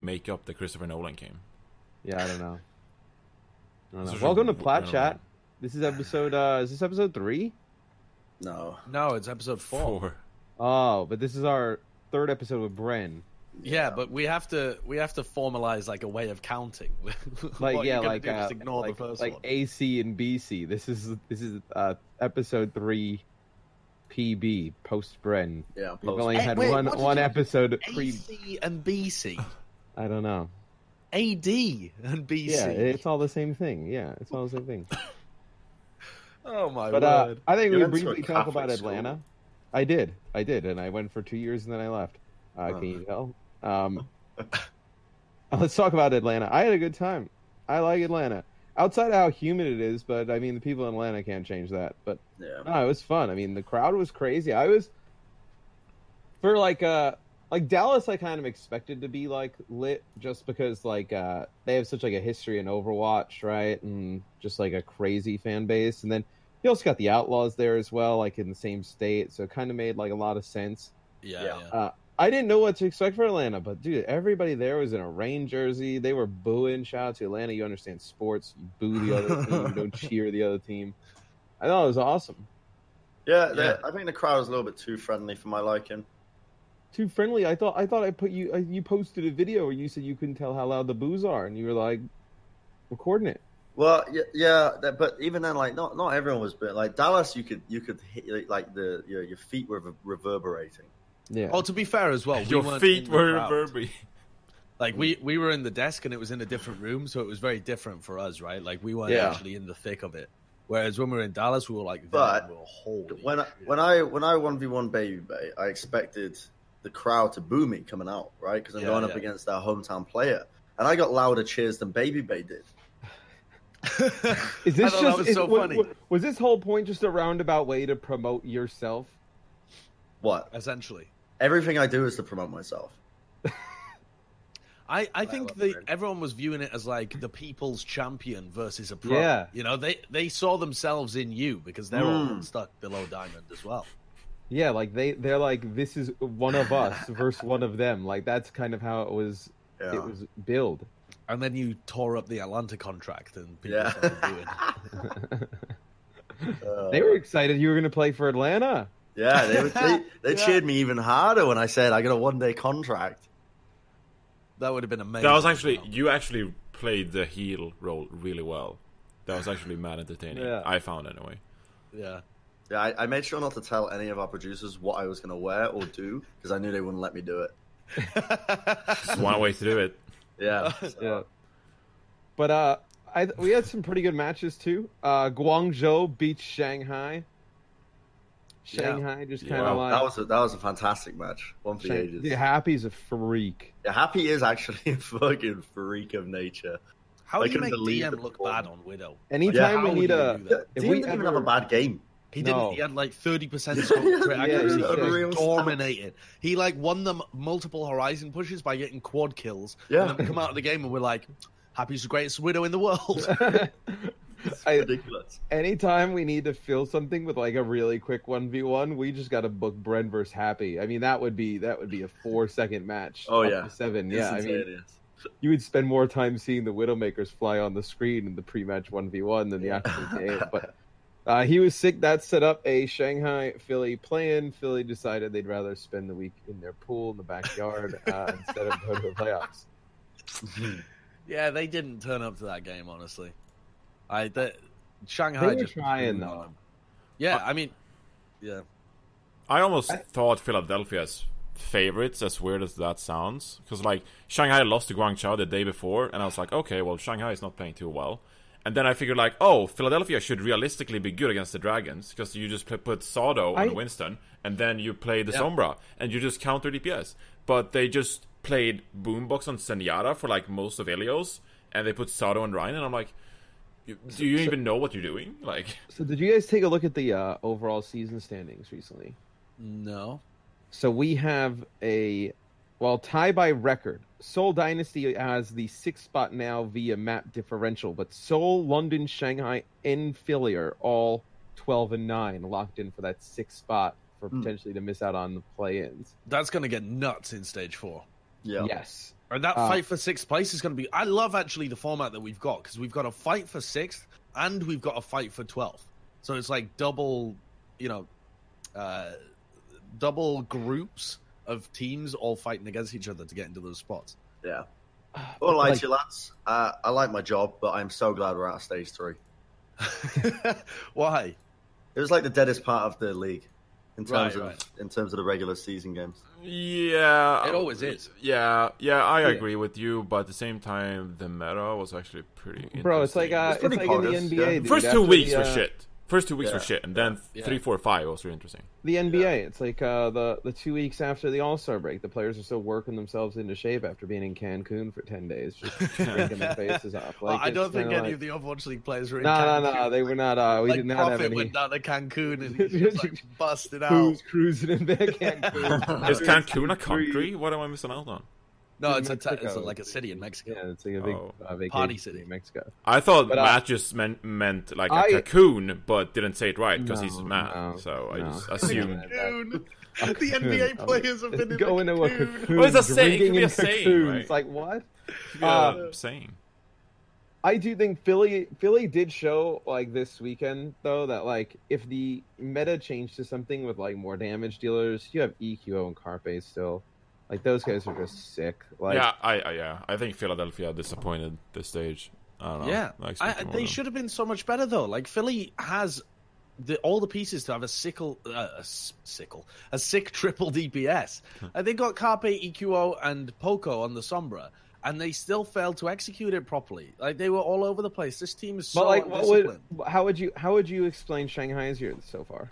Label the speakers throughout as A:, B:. A: make up that Christopher Nolan came.
B: Yeah, I don't know. I don't
A: This
B: know.
A: is
B: Uh, Welcome to
A: from- I
B: Plat
A: don't
B: Chat.
A: know.
B: This is episode. uh Is this episode three?
C: No.
D: No, it's episode four.
A: Four.
B: Oh, but this is our third episode with Bren.
D: Yeah, but we have to we have to formalize like a way of counting.
B: Like
D: What
B: yeah,
D: you're gonna
B: like
D: do is
B: uh,
D: ignore
B: like,
D: the first
B: like
D: one.
B: AC and BC. This is this is uh episode three, PB post Bren.
C: Yeah.
B: We've
C: post-
B: only
D: Hey,
B: had
D: wait,
B: one
D: what did
B: one
D: you-
B: episode pre.
D: AC and BC,
B: I don't know.
D: AD and BC.
B: Yeah, it's all the same thing. Yeah, it's all the same thing.
D: oh my
B: But uh,
D: word!
B: I think
C: You
B: we
C: went to a
B: briefly talk about
C: Catholic school.
B: Atlanta. I did, I did, and I went for two years and then I left. Uh,
C: Oh.
B: Can you tell? Um, let's talk about Atlanta. I had a good time. I like Atlanta. Outside of how humid it is, but I mean the people in Atlanta can't change that. But
C: Yeah.
B: no, it was fun. I mean the crowd was crazy. I was for like uh like Dallas. I kind of expected to be like lit just because like uh they have such like a history in Overwatch, right? And just like a crazy fan base, and then you also got the Outlaws there as well, like in the same state. So it kind of made like a lot of sense.
D: yeah,
C: yeah.
D: yeah.
B: I didn't know what to expect for Atlanta, but dude, everybody there was in a rain jersey. They were booing. Shout out to Atlanta. You understand sports. You boo the other team. You don't cheer the other team. I thought it was awesome.
C: Yeah, the- I think the crowd was a little bit too friendly for my liking.
B: Too friendly. I thought. I thought I put you. I, you posted a video where you said you couldn't tell how loud the boos are, and you were like recording it.
C: Well, yeah, yeah that, but even then, like, not not everyone was, but like Dallas, you could you could hit like, like the your, your feet were re- reverberating.
B: Yeah.
D: Oh, to be fair as well, we
A: Your
D: weren't
A: feet
D: in the
A: were
D: crowd.
A: verbi.
D: Like we we were in the desk and it was in a different room, so it was very different for us, right? Like we weren't
C: Yeah.
D: actually in the thick of it. Whereas when we were in Dallas, we were like,
C: But
D: "That, we were holy
C: When I,
D: shit."
C: when I when I one v one Baby Bay, I expected the crowd to boo me coming out, right? Because I'm
D: Yeah,
C: going up
D: yeah.
C: against our hometown player, and I got louder cheers than Baby Bay did.
B: Is
D: I
B: this
D: thought
B: just?
D: that was
B: is-
D: so
B: wa-
D: funny.
B: wa- was this whole point just a roundabout way to promote yourself?
C: What?
D: essentially.
C: Everything I do is to promote myself.
D: I, I
C: Wow,
D: think
C: that's
D: the,
C: weird.
D: everyone was viewing it as like the people's champion versus a pro.
B: Yeah. Hmm.
D: You know, they, they saw themselves in you because they're all
C: Mm.
D: stuck below diamond as well.
B: Yeah, like they they're like this is one of us versus one of them. Like that's kind of how it was
C: Yeah.
B: it was billed.
D: And then you tore up the Atlanta contract and people
C: Yeah.
D: started viewing.
C: Uh,
B: They were excited you were going to play for Atlanta.
C: Yeah, they, were, they, they
D: Yeah.
C: cheered me even harder when I said I got a one day contract.
D: That would have been amazing.
A: That was actually you actually played the heel role really well. That was actually mad entertaining.
B: Yeah.
A: I found anyway.
D: Yeah.
C: Yeah, I, I made sure not to tell any of our producers what I was going to wear or do because I knew they wouldn't let me do it.
A: It's one way to do it.
C: Yeah,
B: Yeah. But uh I we had some pretty good matches too. Uh Guangzhou beats Shanghai.
D: Yeah.
B: Shanghai just
A: Yeah.
B: kind of
A: Wow,
B: like
C: that was a, that was a fantastic match. One for the
B: Shang-
C: ages.
B: yeah, Happy's a freak.
C: Yeah, Happy is actually a fucking freak of nature.
D: How
C: I
D: do you
C: couldn't
D: make
C: believe
D: DM
C: the
D: look
C: performance.
D: bad on Widow?
B: Anytime
D: How
B: we
D: do
B: need
D: you
B: a
D: do
C: Yeah,
D: that?
B: If
C: Dean
B: we
C: didn't even have
B: ever-
C: a bad game.
D: He
B: No.
D: didn't. He had like thirty percent
C: Yeah,
D: accuracy.
B: yeah,
D: he
C: real
D: was
C: stuff.
D: dominating. He like won them multiple horizon pushes by getting quad kills.
C: Yeah.
D: And then we come out of the game and we're like, "Happy's the greatest widow in the world."
B: I,
C: Ridiculous.
B: anytime we need to fill something with like a really quick 1v1 we just got to book Bren versus happy i mean that would be that would be a four second match
C: Oh,
B: up
C: yeah.
B: to seven yeah i mean
C: Instantaneous.
B: you would spend more time seeing the widowmakers fly on the screen in the pre-match 1v1 than the actual game but uh, he was sick that set up a shanghai philly plan philly decided they'd rather spend the week in their pool in the backyard uh, instead of going to the playoffs
D: yeah, they didn't turn up to that game. Honestly, I the, Shanghai
B: They were
D: just
B: trying,
D: blew
B: though. Uh,
D: them. Yeah, I mean, yeah,
A: I almost thought Philadelphia's favorites, as weird as that sounds, because like Shanghai lost to Guangzhou the day before, and I was like, okay, well Shanghai is not playing too well. And then I figured like, oh, Philadelphia should realistically be good against the Dragons because you just pl- put Sado
B: I-
A: on Winston, and then you play the
D: Yeah.
A: Sombra, and you just counter DPS. But they just played Boombox on Senyara for like most of Elios, and they put Sado on Ryan, and I'm like, you- do you even know what you're doing? Like,
B: so did you guys take a look at the uh, overall season standings recently
D: no,
B: So we have a well tie by record. Seoul Dynasty has the sixth spot now via map differential, but Seoul, London, Shanghai, and Philly are all twelve and nine, locked in for that sixth spot for
C: Hmm.
B: potentially to miss out on the play-ins.
D: that's gonna get nuts in stage four.
C: Yeah.
B: Yes,
D: And that
B: Uh,
D: fight for sixth place is going to be. I love actually the format that we've got because we've got a fight for sixth and we've got a fight for twelfth. So it's like double, you know, uh, double groups of teams all fighting against each other to get into those spots.
C: Yeah. All right,
B: Like-
C: you lads. Uh, I like my job, but I'm so glad we're out of stage three.
D: Why?
C: It was like the deadest part of the league in terms
D: Right,
C: of
D: right.
C: in terms of the regular season games.
A: Yeah,
D: It always is.
A: Yeah, yeah, I agree with you, but at the same time, the meta was actually pretty. Interesting.
B: Bro, it's like uh,
C: It's
B: it's,
C: pretty
B: like
C: bogus,
B: in the NBA.
C: yeah.
B: dude.
A: first
B: After
A: two weeks
B: the,
A: were
B: uh,
A: shit. First two weeks were
C: Yeah.
A: shit, and then
D: Yeah.
A: three, four, five was really interesting.
B: The NBA, it's like uh, the the two weeks after the All Star break, the players are still working themselves into shape after being in Cancun for ten days, just freaking their faces off.
D: Well,
B: Like,
D: I don't
B: it's kinda
D: think any
B: like-
D: of the Overwatch League players were in.
B: No, no,
D: Cancun.
B: no, they were not. Uh, we
D: like
B: did not have
D: Prophet
B: any
D: went down to Cancun and he's just like busted out.
B: who's cruising in their Cancun.
A: Is Cancun a country? What am I missing out on?
D: No, it's a ta-
B: Mexico.
D: it's a, like a city in Mexico.
B: Yeah, it's like a big
A: Oh.
B: uh, vacation
D: Party city.
B: in Mexico.
A: I thought
B: But, uh,
A: Matt just meant meant like a
B: I-
A: cocoon, but didn't say it right because he's
B: No,
A: Matt.
B: no,
A: so I
B: no.
A: just assumed.
D: Cancun.
B: A
D: the NBA
B: cocoon.
D: players have been in
B: Go into a
D: Cancun.
B: cocoon.
A: Well, Oh, it's a saying. It
B: drinking
A: could be
B: in
A: a saying,
B: cocoons.
A: right?
B: It's like what?
A: Yeah,
B: Uh,
A: saying.
B: I do think Philly Philly did show like this weekend though that like if the meta changed to something with like more damage dealers, you have EQO and Carpe still. Like those guys are just sick. Like
A: yeah, I, I yeah, I think Philadelphia disappointed the stage. I don't know.
D: Yeah,
A: I
D: I,
A: expected more
D: they
A: of them.
D: should have been so much better though. Like Philly has the all the pieces to have a sickle, uh, a s- sickle, a sick triple DPS. and Uh, they got Carpe, EQO, and Poco on the Sombra, and they still failed to execute it properly. Like they were all over the place. This team is so
B: but like what would
D: undisciplined.
B: how would you how would you explain Shanghai's year so far?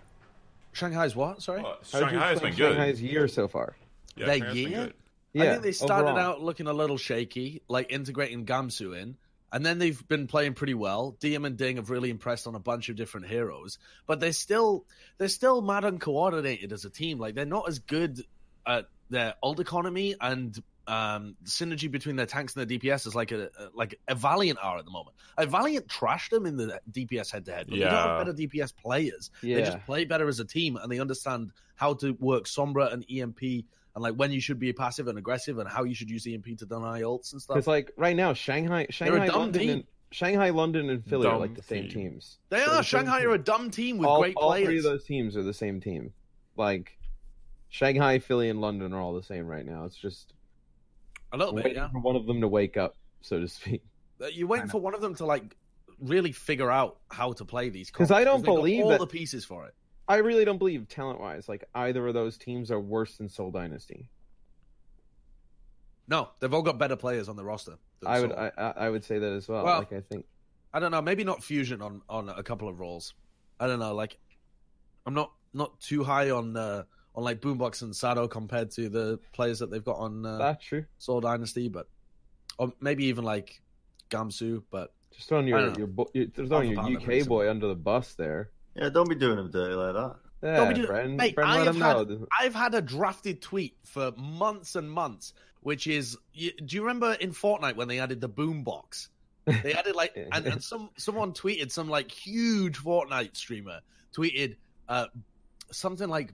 D: Shanghai's what? Sorry,
A: Well,
B: How would you
A: Shanghai has
B: explain
A: been good.
B: Shanghai's year so far.
A: Yeah,
D: Their
A: Shanghai's been
D: year?
A: good.
B: Yeah,
D: I think they started
B: overall.
D: out looking a little shaky, like integrating Gamsu in, and then they've been playing pretty well. Diem and Ding have really impressed on a bunch of different heroes, but they're still they're still mad uncoordinated as a team. Like they're not as good at their old economy and um, synergy between their tanks and their DPS is like a, a- like a Valiant are at the moment. A Valiant trashed them in the DPS head to head, but they don't
A: Yeah.
D: have better DPS players.
B: Yeah.
D: They just play better as a team and they understand how to work Sombra and EMP and like when you should be passive and aggressive and how you should use EMP to deny ults and stuff.
B: Because like right now, Shanghai, Shanghai,
D: dumb
B: London,
D: team.
B: and, Shanghai, London, and Philly are
A: Dumb
B: like the same
A: team.
B: teams.
D: they
B: They're the
D: are.
B: same
D: Shanghai
B: team.
D: are a dumb team with
B: all,
D: great
B: all three
D: players.
B: of those teams are the same team. Like Shanghai, Philly, and London are all the same right now. It's just
D: a little bit,
B: waiting
D: Oh, yeah.
B: for one of them to wake up, so to speak.
D: You're waiting
B: I know.
D: for one of them to like really figure out how to play these
B: 'Cause
D: cards,
B: I don't
D: they've got
B: believe
D: all
B: that-
D: the pieces for it.
B: I really don't believe talent wise, like either of those teams are worse than Soul Dynasty.
D: No, they've all got better players on the roster. than
B: I would,
D: Seoul.
B: I, I I would say that as well.
D: Well-
B: like I think
D: I don't know. Maybe not fusion on on a couple of roles. I don't know. Like, I'm not not too high on uh, on like Boombox and Sado compared to the players that they've got on uh,
B: that's Ah, true.
D: Soul Dynasty, but or maybe even like Gamsu. But
B: Just throwing
D: I
B: your
D: don't know.
B: your, bo- your throwing your
D: Alpha Panda
B: UK
D: reason.
B: boy under the bus there.
C: Yeah, don't be doing them dirty like that.
B: Yeah,
D: Don't be doing-
B: Bren,
D: Mate,
B: Bren,
D: I
B: let
D: have
B: him
D: had-
B: know.
D: I've had a drafted tweet for months and months, which is you, do you remember in Fortnite when they added the Boombox? They added like and, and some someone tweeted some like huge Fortnite streamer tweeted uh something like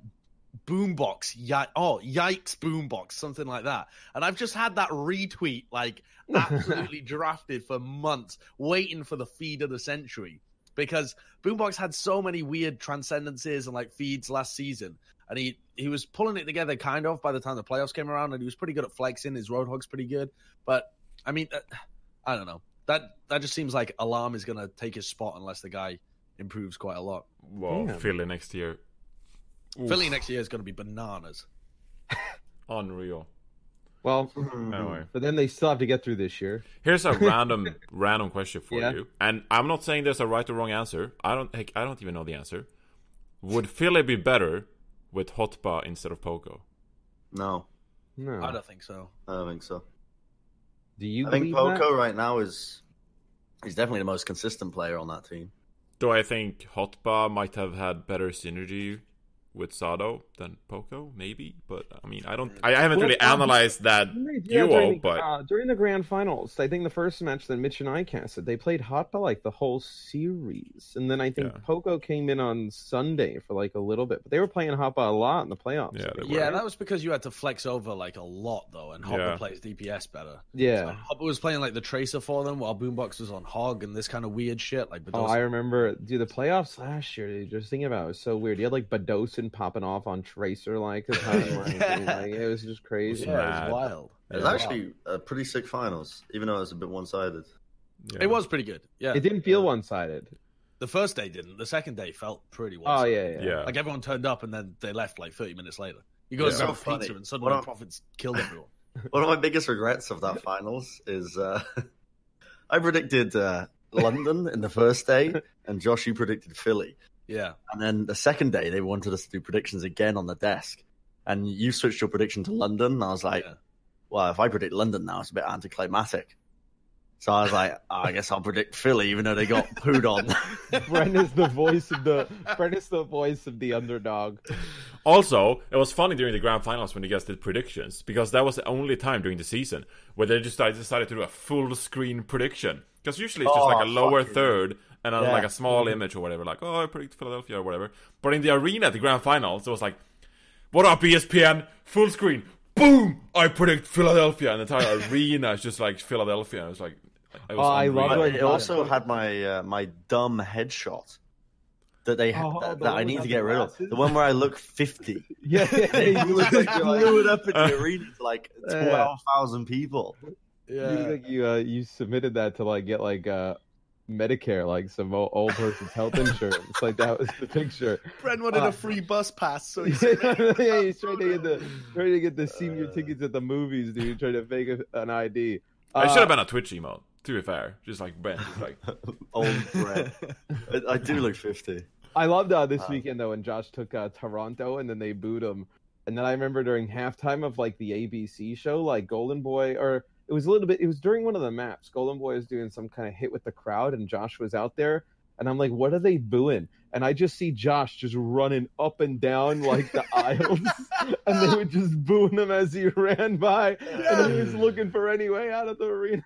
D: boombox yi- oh yikes boombox something like that and i've just had that retweet like absolutely drafted for months waiting for the feed of the century because boombox had so many weird transcendences and like feeds last season and he he was pulling it together kind of by the time the playoffs came around and he was pretty good at flexing his roadhog's pretty good but i mean uh, i don't know that that just seems like alarm is going to take his spot unless the guy improves quite a lot
A: Well,
B: Damn.
A: Philly next year. Oof,
D: philly next year is going to be bananas
A: Unreal.
B: Well,
A: Anyway,
B: but then they still have to get through this year.
A: here's a random random question for
B: Yeah.
A: you, and I'm not saying there's a right or wrong answer. I don't. Heck, I don't even know the answer. Would Philly be better with Hotba instead of Poco?
C: No,
B: No,
D: i don't think so
C: I don't think so.
B: do you
C: I think
B: believe that?
C: Poco right now is he's definitely the most consistent player on that team.
A: Though I think Hotba might have had better synergy with Sado than Poco, maybe. But I mean, I don't. I, I haven't really
D: um,
A: analyzed that
B: Yeah,
A: duo,
B: during, the,
A: but
B: uh, during the grand finals, I think the first match that Mitch and I casted, they played hot by like the whole series, and then I think
A: Yeah.
B: Poco came in on Sunday for like a little bit, but they were playing hot by a lot in the playoffs.
A: Yeah, they were.
D: Yeah, that was because you had to flex over like a lot though, and Hopper
A: Yeah.
D: plays DPS better.
B: yeah.
D: So Hopper was playing like the tracer for them while Boombox was on Hog and this kind of weird shit. Like, but
B: Oh,
D: those-
B: I remember, dude. The playoffs last year, dude. Just thinking about it, it was so weird. You had like Badosin popping off on Tracer, like, his timeline, and,
D: Yeah.
B: like, it was just crazy.
D: yeah, it
A: Mad.
D: was wild.
C: It was actually a pretty sick finals, even though it was a bit one sided.
A: yeah.
D: it was pretty good. Yeah,
B: It didn't feel one-sided.
D: the first day didn't. The second day felt pretty well.
B: Oh yeah, yeah.
A: Yeah.
D: like everyone turned up and then they left like thirty minutes later. You go
A: Yeah.
D: and grab
C: So
D: a
C: funny.
D: pizza and suddenly
C: What a-
D: profits killed everyone.
C: One of my biggest regrets of that finals is uh, I predicted uh, London in the first day, and Josh, you predicted Philly.
D: Yeah,
C: And then the second day, they wanted us to do predictions again on the desk. And you switched your prediction to London. And I was like,
D: Yeah.
C: well, if I predict London now, it's a bit anticlimactic. So I was like, oh, I guess I'll predict Philly, even though they got pooed on.
B: Brent is the voice of the Brent is the voice of the underdog.
A: Also, it was funny during the grand finals when you guys did predictions because that was the only time during the season where they just started, decided to do a full screen prediction. Because usually it's just
C: Oh,
A: like a lower
C: fucking-
A: third and a,
C: Yeah.
A: like a small
B: Mm-hmm.
A: image or whatever, like oh I predict Philadelphia or whatever. But in the arena at the grand finals, it was like, what up E ESPN? Full screen, boom! I predict Philadelphia, and the entire arena is just like Philadelphia. It was like, it was
B: Oh, I
A: unreal.
B: love
C: But it also had my uh, my dumb headshot that they
B: Oh,
C: that,
B: the
C: that
B: one
C: I need
B: without
C: to
B: the
C: get rid of.
B: glasses?
C: The one where I look fifty.
B: Yeah,
C: They
B: yeah, you look like
C: you
B: you're like-
C: blew it up in the arena to like
B: Yeah.
C: twelve thousand people.
B: you look like you uh, you submitted that to like get like uh Medicare, like some old, old person's health insurance. like that was the picture.
D: Bren wanted
B: Uh,
D: a free bus pass, so he said,
B: yeah, he's trying to get the trying to get the senior tickets at the movies, dude. Trying to fake a, an ID.
A: It should
B: Uh,
A: have been a Twitch emote. To be fair, just like Ben, just like
C: Old Brett. I, I do look fifty.
B: I loved uh, this
C: Uh,
B: weekend though when Josh took uh, Toronto and then they booed him. And then I remember during halftime of like the ABC show, like Golden Boy, or it was a little bit. It was during one of the maps. Golden Boy was doing some kind of hit with the crowd, and Josh was out there. And I'm like, what are they booing? And I just see Josh just running up and down like the aisles, and they were just booing him as he ran by, and he was looking for any way out of the arena.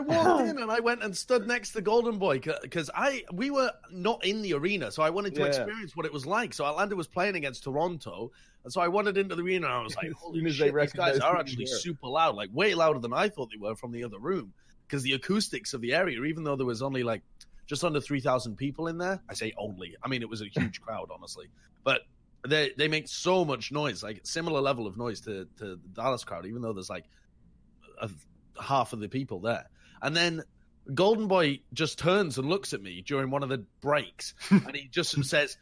D: walked in and I went and stood next to Golden Boy because I we were not in the arena, so I wanted to
B: Yeah.
D: experience what it was like. So Atlanta was playing against Toronto, and so I wandered into the arena and I was like,
B: As
D: "Holy
B: soon as they
D: shit, these guys
B: recognized
D: are
B: who
D: actually
B: you were.
D: super loud, like way louder than I thought they were from the other room." Because the acoustics of the area, even though there was only like just under three thousand people in there, I say only. I mean, it was a huge crowd, honestly, but. They, they make so much noise, like similar level of noise to, to the Dallas crowd, even though there's like a half of the people there. And then Golden Boy just turns and looks at me during one of the breaks, and he just says,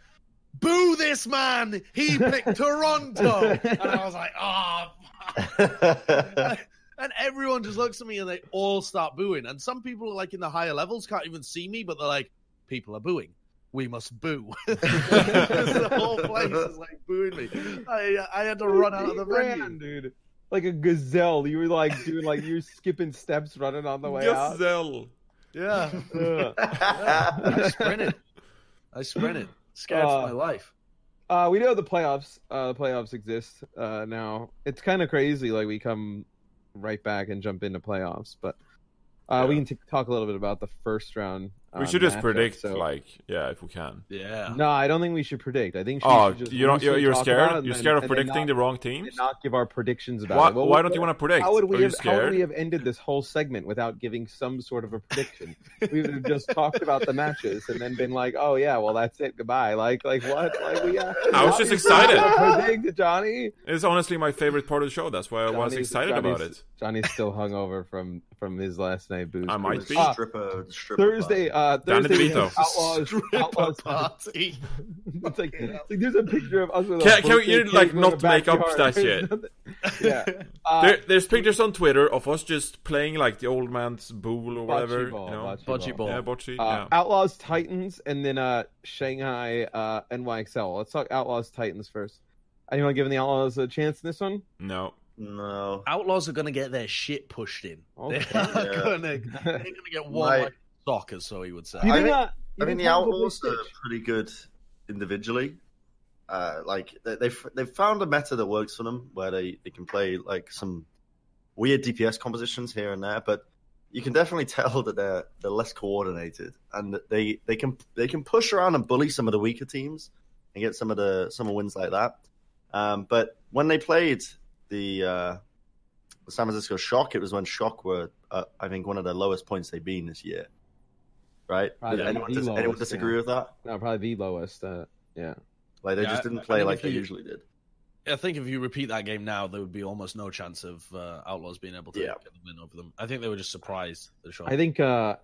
D: "Boo this man! He picked Toronto!" And I was like, "Ah." fuck." and everyone just looks at me, and they all start booing. And some people, like in the higher levels, can't even see me, but they're like, "People are booing." We must boo. the whole place is like booing me. I, I had to run out of the
B: He ran,
D: venue.
B: dude. Like a gazelle, you were like doing like you were skipping steps, running on the way out.
A: Gazelle.
D: Yeah.
B: Ugh.
D: I sprinted. I sprinted. Scared
B: Uh,
D: for my life.
B: Uh, we know the playoffs. Uh, the playoffs exist uh, now. It's kind of crazy. Like we come right back and jump into playoffs, but uh, we
A: Yeah.
B: can t- talk a little bit about the first round.
A: We
B: uh,
A: should just
B: matchup,
A: predict,
B: so-
A: like, yeah, if we can.
D: Yeah.
B: No, I don't think we should predict. I think. she
A: Oh,
B: should just
A: you don't, you're,
B: loosely
A: you're
B: talk about it
A: scared?
B: and
A: You're
B: then-
A: scared of
B: and then
A: predicting
B: not-
A: the wrong
B: and
A: teams?
B: Not give our predictions about
A: Why,
B: it. Well,
A: why
B: we'll-
A: don't you want to predict?
B: How would we
A: Are you
B: have, how would
A: scared?
B: we have ended this whole segment without giving some sort of a prediction? we would have just talked about the matches and then been like, "Oh yeah, well that's it, goodbye." Like, like what? Like we. Uh,
A: I was just
B: obviously not
A: excited.
B: gonna Predict Johnny.
A: It's honestly my favorite part of the show. That's why I was
B: Johnny's-
A: excited
B: Johnny's-
A: about it.
B: Johnny's still hungover from from his last night booze.
A: I might be.
B: Ah,
C: stripper, stripper
B: Thursday, uh,
A: Danny
B: Thursday, we
A: DeVito.
B: have Outlaws. Outlaws.
D: party.
B: It's like, it's like there's a picture of us with
A: Can-
B: a
A: can we-
B: birthday
A: you, like,
B: cake in
A: not
B: the
A: make up
B: backyard.
A: that
B: There's
A: shit?
B: nothing- Yeah. Uh,
A: There, there's pictures on Twitter of us just playing like the old man's bool or
B: bocce
A: whatever.
B: ball,
A: you know?
B: bocce
D: Bocce ball.
A: Yeah, bocce.
B: Uh,
A: yeah.
B: Outlaws Titans and then uh Shanghai uh NYXL. Let's talk Outlaws Titans first. Anyone giving the Outlaws a chance in this one?
A: No.
C: No.
D: Outlaws are going to get their shit pushed in.
B: Okay.
D: They are
C: Yeah.
D: going to they're
B: you
D: gonna get warm
C: Right.
D: like soccer, so he would say.
C: I
B: think,
C: think-
B: uh, you
C: I mean,
B: think
C: the
B: Titans will
C: Outlaws
B: be
C: are
B: six?
C: pretty good individually. Uh, like they, they've they've found a meta that works for them where they, they can play like some weird DPS compositions here and there, but you can definitely tell that they're they're less coordinated and that they they can they can push around and bully some of the weaker teams and get some of the some of wins like that. Um, but when they played the uh, the San Francisco Shock, it was when Shock were uh, I think one of the lowest points they've been this year. Right?
B: Probably
C: Does
B: the
C: anyone, does anyone
B: lowest,
C: disagree
B: yeah.
C: with that?
B: No, probably the lowest. Uh, yeah.
C: Like they
D: Yeah,
C: just
D: I-
C: didn't
D: I
C: play
D: mean,
C: like
D: if
C: they
D: you-
C: usually did.
D: I think if you repeat that game now, there would be almost no chance of uh, Outlaws being able to
C: Yeah.
D: get the win over them. I think they were just surprised. The
C: Oh.
D: shot.
B: I think uh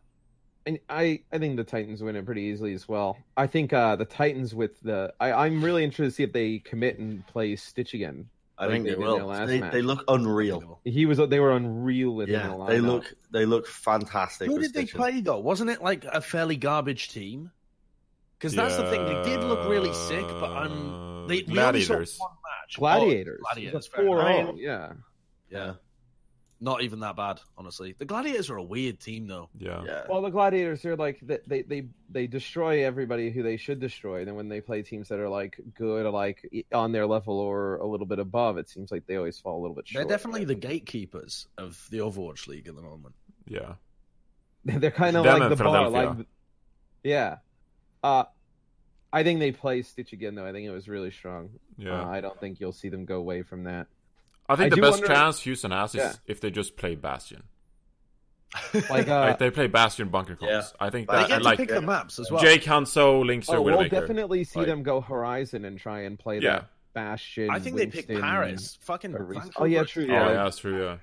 B: and I I think the Titans win it pretty easily as well. I think uh the Titans with the I, I'm really interested to see if they commit and play Stitch again.
C: I
B: Like
C: think
B: they
C: they
B: did in their
C: will.
B: last
C: They,
B: match.
C: they look unreal.
B: He was they were unreal with him in
C: Yeah,
B: the
C: they
B: lineup.
C: look they look fantastic.
D: Who
C: with
D: did they
C: Stitcher.
D: play though? Wasn't it like a fairly garbage team? Because that's the thing. They did look really sick, but I'm. They, we only saw one
A: gladiators.
D: match.
B: Gladiators.
D: Oh, gladiators.
B: It was a
D: fair enough.
B: 4-0,
C: enough.
B: yeah.
D: Oh, Yeah. Not even that bad, honestly. The Gladiators are a weird team, though.
A: Yeah.
C: yeah.
B: Well, the gladiators are like they- they they they destroy everybody who they should destroy. Then when they play teams that are like good, or like e, on their level or a little bit above, it seems like they always fall a little bit
D: They're
B: short.
D: definitely the gatekeepers of the Overwatch League at the moment.
A: Yeah.
B: They're kind of
A: Them
B: like
A: and
B: the bar,
A: Philadelphia.
B: like yeah. Uh, I think they play Stitch again though. I think it was really strong.
A: Yeah.
B: Uh, I don't think you'll see them go away from that.
A: I think
B: I
A: the
B: do
A: best
B: wonder-
A: chance Houston has is
B: Yeah.
A: if they just play Bastion.
B: Like
A: Like
B: uh,
A: they play Bastion Bunker Calls. I think
C: They
D: They
A: that
D: get
A: and
D: to
A: like
D: pick the maps as well.
A: Jake Hanso, Linkser,
B: oh,
A: oh,
B: we'll
A: Widowmaker.
B: definitely see
A: Like-
B: them go Horizon and try and play
A: Yeah.
B: that Bastion.
D: I think they picked
B: Winston,
D: Paris. Fucking
B: or Reese-
D: Vancouver.
B: Oh, yeah, true,
A: Oh
B: Yeah.
A: yeah, that's true. Yeah.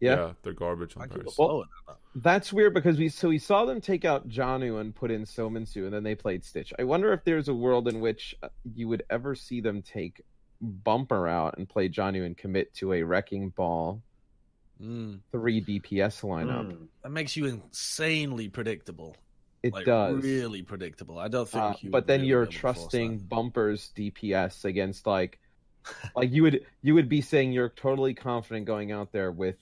B: Yeah.
A: they're garbage on
D: Vancouver
A: Paris.
D: slower than that.
B: That's weird because we so we saw them take out Janu and put in Somansu, and then they played Stitch. I wonder if there's a world in which uh, you would ever see them take Bumper out and play Janu and commit to a Wrecking Ball
D: Mm.
B: three DPS lineup.
C: Mm.
D: That makes you insanely predictable.
B: It
D: like,
B: does,
D: Really predictable. I don't think
B: Uh,
D: you.
B: but
D: would
B: then
D: really
B: you're
D: be able to force
B: trusting Bumper's DPS against like, like you would you would be saying you're totally confident going out there with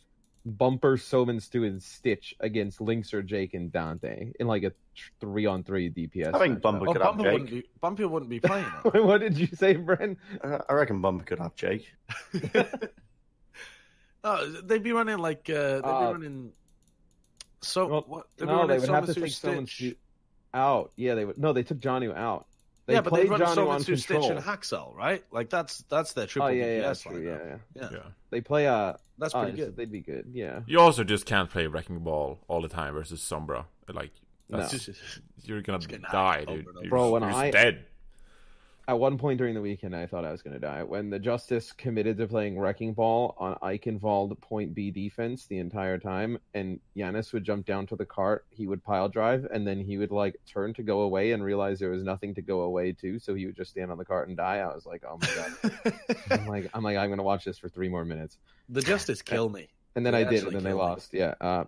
B: Bumper, Somansu, and Stitch against Lynx or Jake and Dante in like a three on three DPS.
C: I think
B: matchup.
C: Bumper
D: that. Well,
C: could have
D: Oh, Bumper, wouldn't
C: Jake.
D: be, Bumper wouldn't be playing it.
B: what did you say, Bren?
C: Uh, I reckon Bumper could have Jake.
D: no, they'd be running like uh, they'd
B: Uh,
D: be running. So
B: well,
D: what? They'd be
B: No, they
D: running
B: would have to
D: Somasu
B: take someone
D: Stitch.
B: Su- out. Yeah, they would. No, they took Johnny out. They
D: yeah, but they
B: played
D: run
B: Johnny
D: Somasu
B: on
D: Stitch
B: control.
D: and Haxel, right? Like that's that's their triple
B: oh yeah, yeah,
D: DPS.
B: that's true.
D: lineup.
B: Yeah, yeah.
A: Yeah.
B: They play. Uh,
D: That's
B: oh,
D: pretty
B: so
D: good.
B: they'd be good. Yeah.
A: You also just can't play Wrecking Ball all the time versus Sombra. Like
B: No.
A: that's you're gonna
D: It's getting
A: die,
D: hacked over
A: dude.
D: and
A: You're,
B: Bro, when
A: you're just
B: I-
A: dead.
B: At one point during the weekend, I thought I was going to die when the Justice committed to playing Wrecking Ball on Eichenwald Point B defense the entire time, and Yanis would jump down to the cart. He would pile drive, and then he would like turn to go away and realize there was nothing to go away to, so he would just stand on the cart and die. I was like, oh my god. I'm like, I'm like, I'm gonna watch this for three more minutes,
D: the Justice kill me.
B: and then
D: They
B: I did, and
D: actually
B: then they
D: killed me.
B: lost. Yeah. Uh,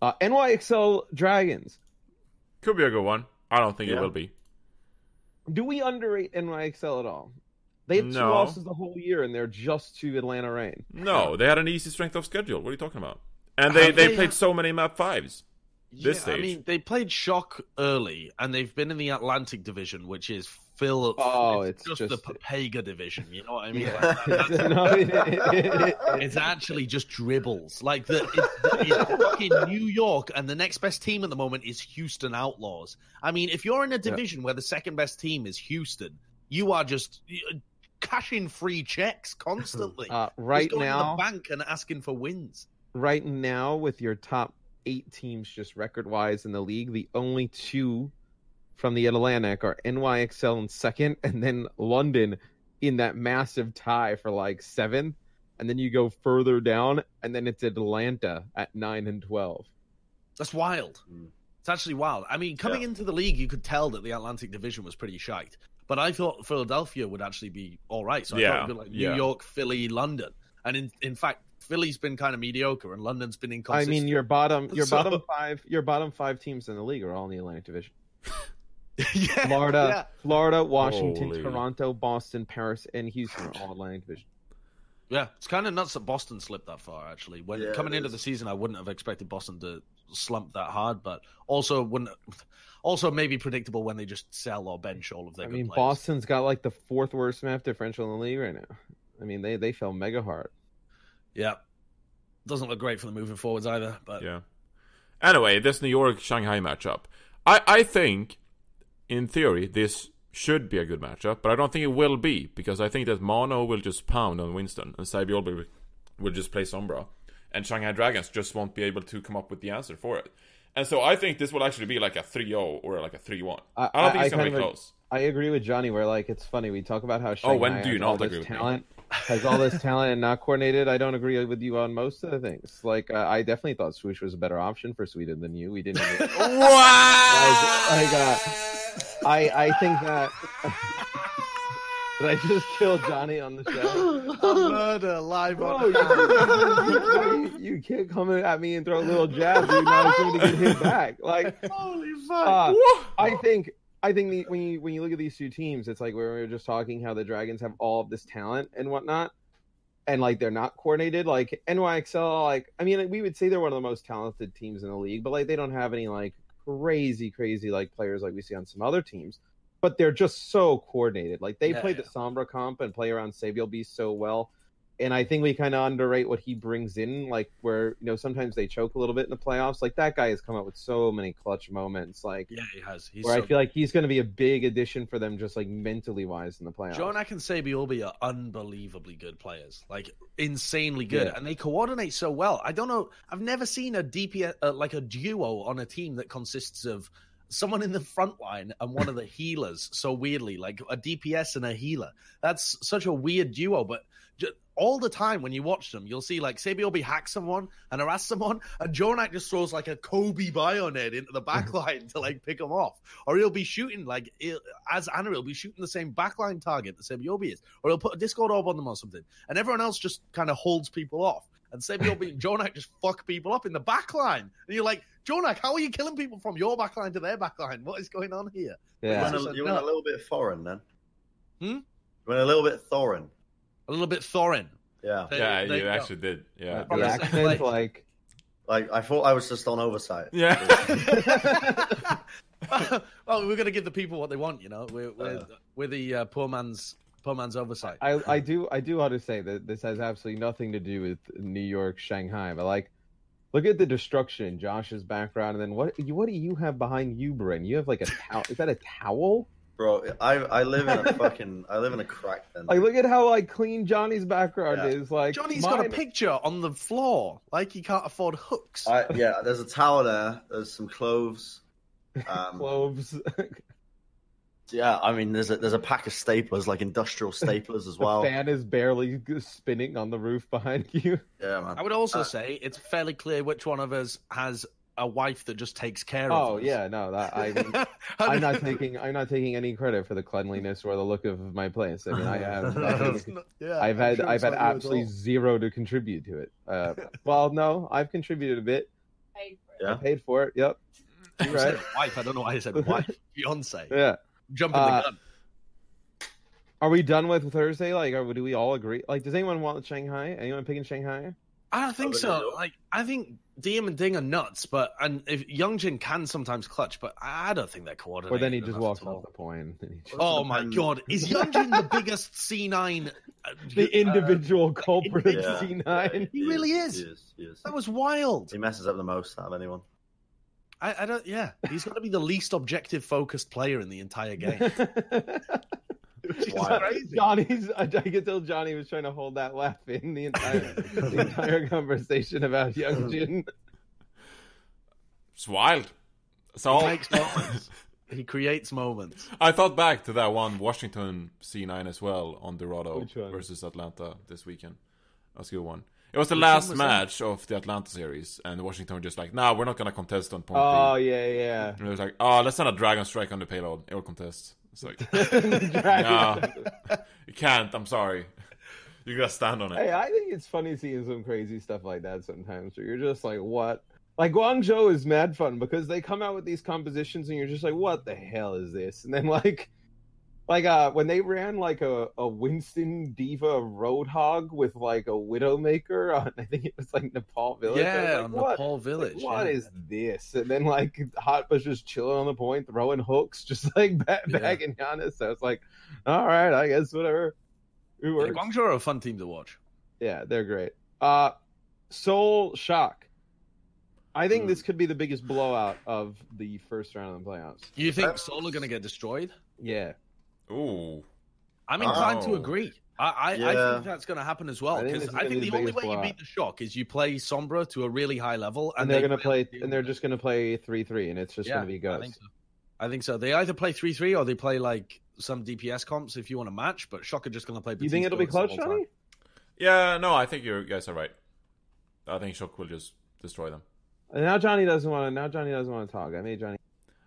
B: uh, NYXL Dragons.
A: Could be a good one. I don't think it
C: Yeah.
A: will be.
B: Do we underrate NYXL at all? They have two
A: No.
B: losses the whole year, and they're just to Atlanta Rain.
A: No, they had an easy strength of schedule. What are you talking about? And they,
D: Have
A: they
D: they-
A: played so many map fives. This
D: yeah, I
A: stage.
D: mean, they played Shock early, and they've been in the Atlantic Division, which is Phil.
B: Oh, it's
D: just, the
B: just-
D: Papega Division. You know what I mean?
C: Yeah.
D: Like, that's-
B: No, it- it- it-
D: It's actually just dribbles. Like the it's, it's fucking New York, and the next best team at the moment is Houston Outlaws. I mean, if you're in a division where the second best team is Houston, you are just uh, cashing free checks constantly.
B: uh,
D: Just
B: right
D: going to
B: now,
D: the bank and asking for wins.
B: right now, with your top eight teams just record wise in the league, the only two from the Atlantic are NYXL in second, and then London in that massive tie for like seventh. And then you go further down, and then it's Atlanta at nine and twelve.
D: That's wild.
C: Mm.
D: It's actually wild. I mean, coming into the league, you could tell that the Atlantic Division was pretty shite. But I thought Philadelphia would actually be all right. So I
A: Yeah,
D: thought it would be like New
A: yeah.
D: York, Philly, London. And in, in fact, Philly's been kind of mediocre and London's been
B: I
D: inconsistent.
B: mean, your bottom, your
D: So-
B: bottom five, your bottom five teams in the league are all in the Atlantic Division.
D: yeah,
B: Florida,
D: yeah.
B: Florida, Washington,
A: Holy.
B: Toronto, Boston, Paris, and Houston are all Atlantic Division.
D: Yeah, it's kind of nuts that Boston slipped that far. Actually, when
C: Yeah,
D: coming
C: it
D: into
C: is.
D: the season, I wouldn't have expected Boston to slump that hard, but also wouldn't. Also, maybe predictable when they just sell or bench all of their.
B: I
D: good
B: mean,
D: players.
B: Boston's got like the fourth worst map differential in the league right now. I mean, they they fell mega hard.
D: Yeah, doesn't look great for the moving forwards either. But
A: Yeah. Anyway, this New York Shanghai matchup. I, I think, in theory, this should be a good matchup, but I don't think it will be because I think that Mono will just pound on Winston and Sabiol will, will just play Sombra, and Shanghai Dragons just won't be able to come up with the answer for it. And so I think this will actually be like a 3 0 or like a 3 1.
B: I-
A: I don't think
B: I-
A: it's
B: I
A: going to be
B: kind of-
A: close.
B: I agree with Johnny. Where like it's funny we talk about how
A: Oh,
B: Shanghai
A: when do you
B: has
A: not
B: all
A: agree
B: this
A: with me?
B: talent has all this talent and not coordinated. I don't agree with you on most of the things. Like uh, I definitely thought Swoosh was a better option for Sweden than you. We didn't. Like, like, uh, I I think that. Did I just kill Johnny on the show?
D: murder live
B: Bro, Oh,
D: Oh,
B: you, you, you can't come at me and throw a little jab. You're not going to get hit back. Like
D: Holy Ah.
B: uh,
A: What?
B: I think I think the, when you when you look at these two teams, it's like we were just talking how the Dragons have all of this talent and whatnot, and like they're not coordinated. Like NYXL, like I mean, we would say they're one of the most talented teams in the league, but like they don't have any like crazy, crazy like players like we see on some other teams. But they're just so coordinated. Like they
D: Yeah,
B: play
D: yeah.
B: the Sombra comp and play around Sabiel Beast so well. And I think we kind of underrate what he brings in, like where you know sometimes they choke a little bit in the playoffs. Like that guy has come up with so many clutch moments. Like
D: Yeah, he has. He's
B: where
D: so
B: I feel like he's going to be a big addition for them, just like mentally wise in the playoffs.
D: Joe and Akinsebi are unbelievably good players, like insanely good,
B: Yeah.
D: and they coordinate so well. I don't know. I've never seen a DP uh, like a duo on a team that consists of someone in the front line and one of the healers. So weirdly, like a DPS and a healer. That's such a weird duo, but. ju- All the time when you watch them, you'll see like Sabiobi hack someone and harass someone, and Jonak just throws like a Kobe bayonet into the back line to like pick them off. Or he'll be shooting like he'll- as Anna, he'll be shooting the same backline target that Sebiobi is, or he'll put a Discord orb on them or something, and everyone else just kind of holds people off. And Sebiobi and Jonak just fuck people up in the backline, and you're like, Jonak, how are you killing people from your backline to their backline? What is going on here?
C: You
B: yeah.
C: went
D: This is
C: a,
D: a
C: you went a
D: nut.
C: little bit foreign then.
D: Hmm?
C: You went a little bit foreign.
D: A little bit Thorin.
C: Yeah.
D: There-
A: yeah,
D: there
A: you
D: go.
A: actually did. Yeah.
B: the
D: Probably
A: Yeah.
D: same
B: accent,
D: place.
B: like
C: Like I thought I was just on oversight.
A: Yeah.
D: well, we're gonna give the people what they want, you know. We're we're,
C: Uh.
D: we're the uh, poor man's poor man's oversight.
B: I, I do, I do want to say that this has absolutely nothing to do with New York, Shanghai, but like, look at the destruction in Josh's background, and then what, you, what do you have behind you, Bryn? You have like a towel. is that a towel?
C: Bro, I I live in a fucking I live in a crack then.
B: Like, look at how like clean Johnny's background
C: Yeah.
B: is. Like,
D: Johnny's got a
B: mine-
D: picture on the floor, like he can't afford hooks.
C: I, yeah, there's a towel there. There's some cloves. Um,
B: cloves.
C: yeah, I mean, there's a, there's a pack of staplers, like industrial staplers as
B: The
C: well.
B: fan is barely spinning on the roof behind you.
C: Yeah, man.
D: I would also
C: Uh,
D: say it's fairly clear which one of us has a wife that just takes care of
B: Oh
D: us.
B: yeah, no, that I. Mean, I'm not taking I'm not taking any credit for the cleanliness or the look of my place. I mean, I have I've,
D: It's not- yeah,
B: I've
D: I'm
B: had
D: sure
B: I've
D: it's
B: had
D: not you at
B: absolutely
D: all.
B: zero to contribute to it. Uh, well, no, I've contributed a bit. I
C: Yeah.
B: paid for it. Mm-hmm. Yep.
D: You said
B: right.
D: wife. I don't know why I said wife. Fiance.
B: Yeah.
D: Jumping
B: Uh,
D: the gun.
B: Are we done with Thursday? Like, are, do we all agree? Like, does anyone want Shanghai? Anyone picking Shanghai?
D: I don't think
C: Other than
D: so.
C: you.
D: Like I think Diem and Ding are nuts, but and if Youngjin can sometimes clutch, but I don't think they're coordinated.
B: Or then he just
D: enough
B: walks
D: at all.
B: off the point. and he just-
D: Oh my
C: Um,
D: god, is Youngjin the biggest C9? uh,
B: The individual culprit of
C: yeah.
B: C9.
D: He really is.
C: He is. He, is.
D: That was wild.
C: he messes up the most out of anyone.
D: I, I don't. Yeah, he's got to be the least objective focused player in the entire game. Which is
C: Wild.
D: crazy.
B: Johnny's. I could tell Johnny was trying to hold that laugh in the entire the entire conversation about Young Jin.
A: It's wild. So
D: He makes moments. He creates moments.
A: I thought back to that one Washington C9 as well on Dorado
B: Which one?
A: versus Atlanta this weekend. That's a good one. It was the
D: Which one
A: last
D: was that?
A: match of the Atlanta series, and Washington were just like, nah, we're not going to contest on point
B: Oh
A: B.
B: yeah, yeah.
A: And it was like, oh, let's send a Dragon Strike on the payload. It will contest. It's like, no,
B: Dragon-
A: you can't. I'm sorry. You got to stand on
B: Hey,
A: it.
B: I think it's funny seeing some crazy stuff like that sometimes. Where you're just like, what? Like Guangzhou is mad fun because they come out with these compositions and you're just like, what the hell is this? And then like like uh when they ran like a, a Winston Diva Roadhog with like a Widowmaker on I think it was like Nepal Village. I was
D: yeah,
B: like,
D: on
B: what?
D: Nepal Village.
B: Like, what
D: yeah.
B: is this? And then like Hot Bush just chilling on the point, throwing hooks, just like back
D: Yeah.
B: back in Giannis. I was like, all right, I guess whatever. It
D: Yeah,
B: works.
D: Guangzhou are a fun team to watch.
B: Yeah, they're great. Uh Soul Shock. I
D: Hmm.
B: think this could be the biggest blowout of the first round of the playoffs.
D: You
C: Uh,
D: think Seoul are going to get destroyed?
B: Yeah.
A: Ooh.
D: I'm inclined to
A: Oh.
D: agree. I, I, I
C: Yeah.
D: think that's going to happen as well
B: I think
D: because
B: this is
D: I
B: gonna
D: think
B: be
D: the
B: the
D: only
B: biggest
D: way you
B: blowout.
D: beat the shock is you play Sombra to a really high level,
B: And,
D: and,
B: they're
D: they
B: gonna play
D: fail to
B: and they're
D: do
B: just gonna play three three and it's just
D: Yeah,
B: gonna be
D: that. I
B: ghosts.
D: think so. I think so. They either play three three or they play like some DPS comps if you want to match. But shock are just going to play.
B: You think
D: Batista
B: it'll be
D: the whole
B: close,
D: time.
B: Johnny?
A: Yeah, no, I think you guys are right. I think Shock will just destroy them.
B: And Now Johnny doesn't want to. Now Johnny doesn't want to talk. I made Johnny.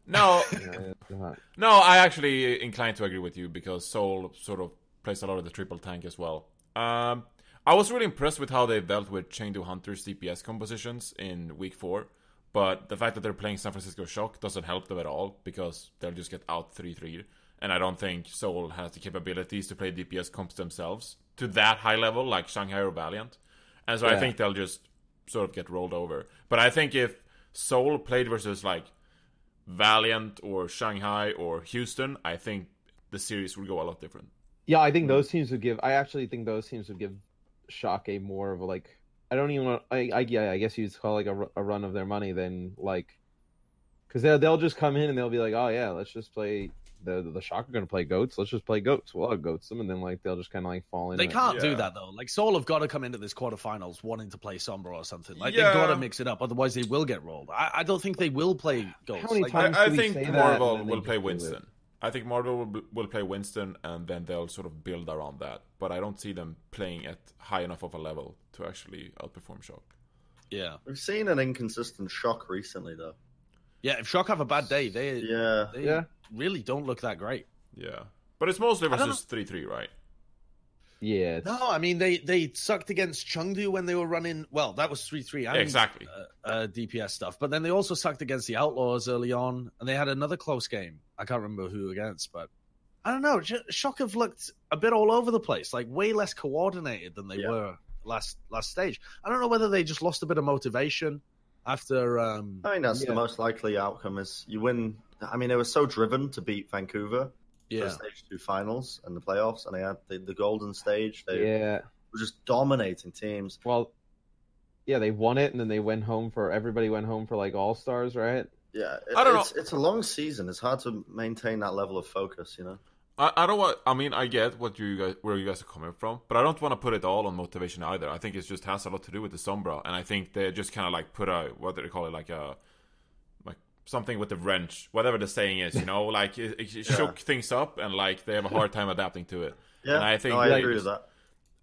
A: No,
B: Johnny doesn't want-
A: no, I actually inclined to agree with you because Soul sort of plays a lot of the triple tank as well. Um, I was really impressed with how they dealt with Chengdu Hunter's DPS compositions in week four, but the fact that they're playing San Francisco Shock doesn't help them at all because they'll just get out 3 3. And I don't think Seoul has the capabilities to play DPS comps themselves to that high level, like Shanghai or Valiant. And so I
B: Yeah.
A: think they'll just sort of get rolled over. But I think if Seoul played versus like Valiant or Shanghai or Houston, I think the series would go a lot different.
B: Yeah, I think those teams would give. I actually think those teams would give Shock a more of a like. I don't even. Want, I, I yeah. I guess you'd call like a, ru- a run of their money than like, because they'll they'll just come in and they'll be like, oh yeah, let's just play. The the Shock are going to play goats. Let's just play goats. We'll out goats them, and then like they'll just kind of like fall in.
D: They
B: it.
D: can't
A: Yeah.
D: do that though. Like Seoul have got to come into this quarterfinals wanting to play Sombra or something. Like
A: Yeah.
D: they've got to mix it up, otherwise they will get rolled. I, I don't think they will play goals.
B: many
D: Like,
B: times-
A: I, I
B: do we
A: think
B: say that,
A: Marvel
B: and then they
A: will play
B: just do it?
A: Winston. I think Marvel will, b- will play Winston, and then they'll sort of build around that. But I don't see them playing at high enough of a level to actually outperform Shock.
D: yeah,
C: We've seen an inconsistent shock recently, though.
D: yeah. If Shock have a bad day, they
C: Yeah,
D: they
B: Yeah.
D: really don't look that great.
A: Yeah, but it's mostly
D: I don't
A: versus three three, right?
B: Yeah. it's-
D: No, I mean they they sucked against Chengdu when they were running. Well, that was three three.
A: Exactly.
D: Uh, uh, DPS stuff, but then they also sucked against the Outlaws early on, and they had another close game. I can't remember who against, but I don't know. Sh- Shock have looked a bit all over the place, like way less coordinated than they
C: Yeah.
D: were last last stage. I don't know whether they just lost a bit of motivation after. Um,
C: I think that's
B: Yeah.
C: the most likely outcome. Is you win. I mean, they were so driven to beat Vancouver for
D: yeah,
C: the stage two finals and the playoffs, and they had the, the golden stage. They
B: Yeah.
C: were just dominating teams.
B: Well. Yeah, they won it, and then they went home for everybody went home for like all stars, right?
C: Yeah, it-
A: I don't know.
C: it's, It's a long season. It's hard to maintain that level of focus. You know.
A: I, I don't want. I mean, I get what you guys, where you guys are coming from, but I don't want to put it all on motivation either. I think it just has a lot to do with the sombra, and I think they just kind of like put a what do they call it, like a like something with the wrench, whatever the saying is. You know, like it, it shook things up, and like they have a hard time adapting to it.
C: Yeah,
A: And I think
C: no, I
A: they
C: agree
A: just-
C: with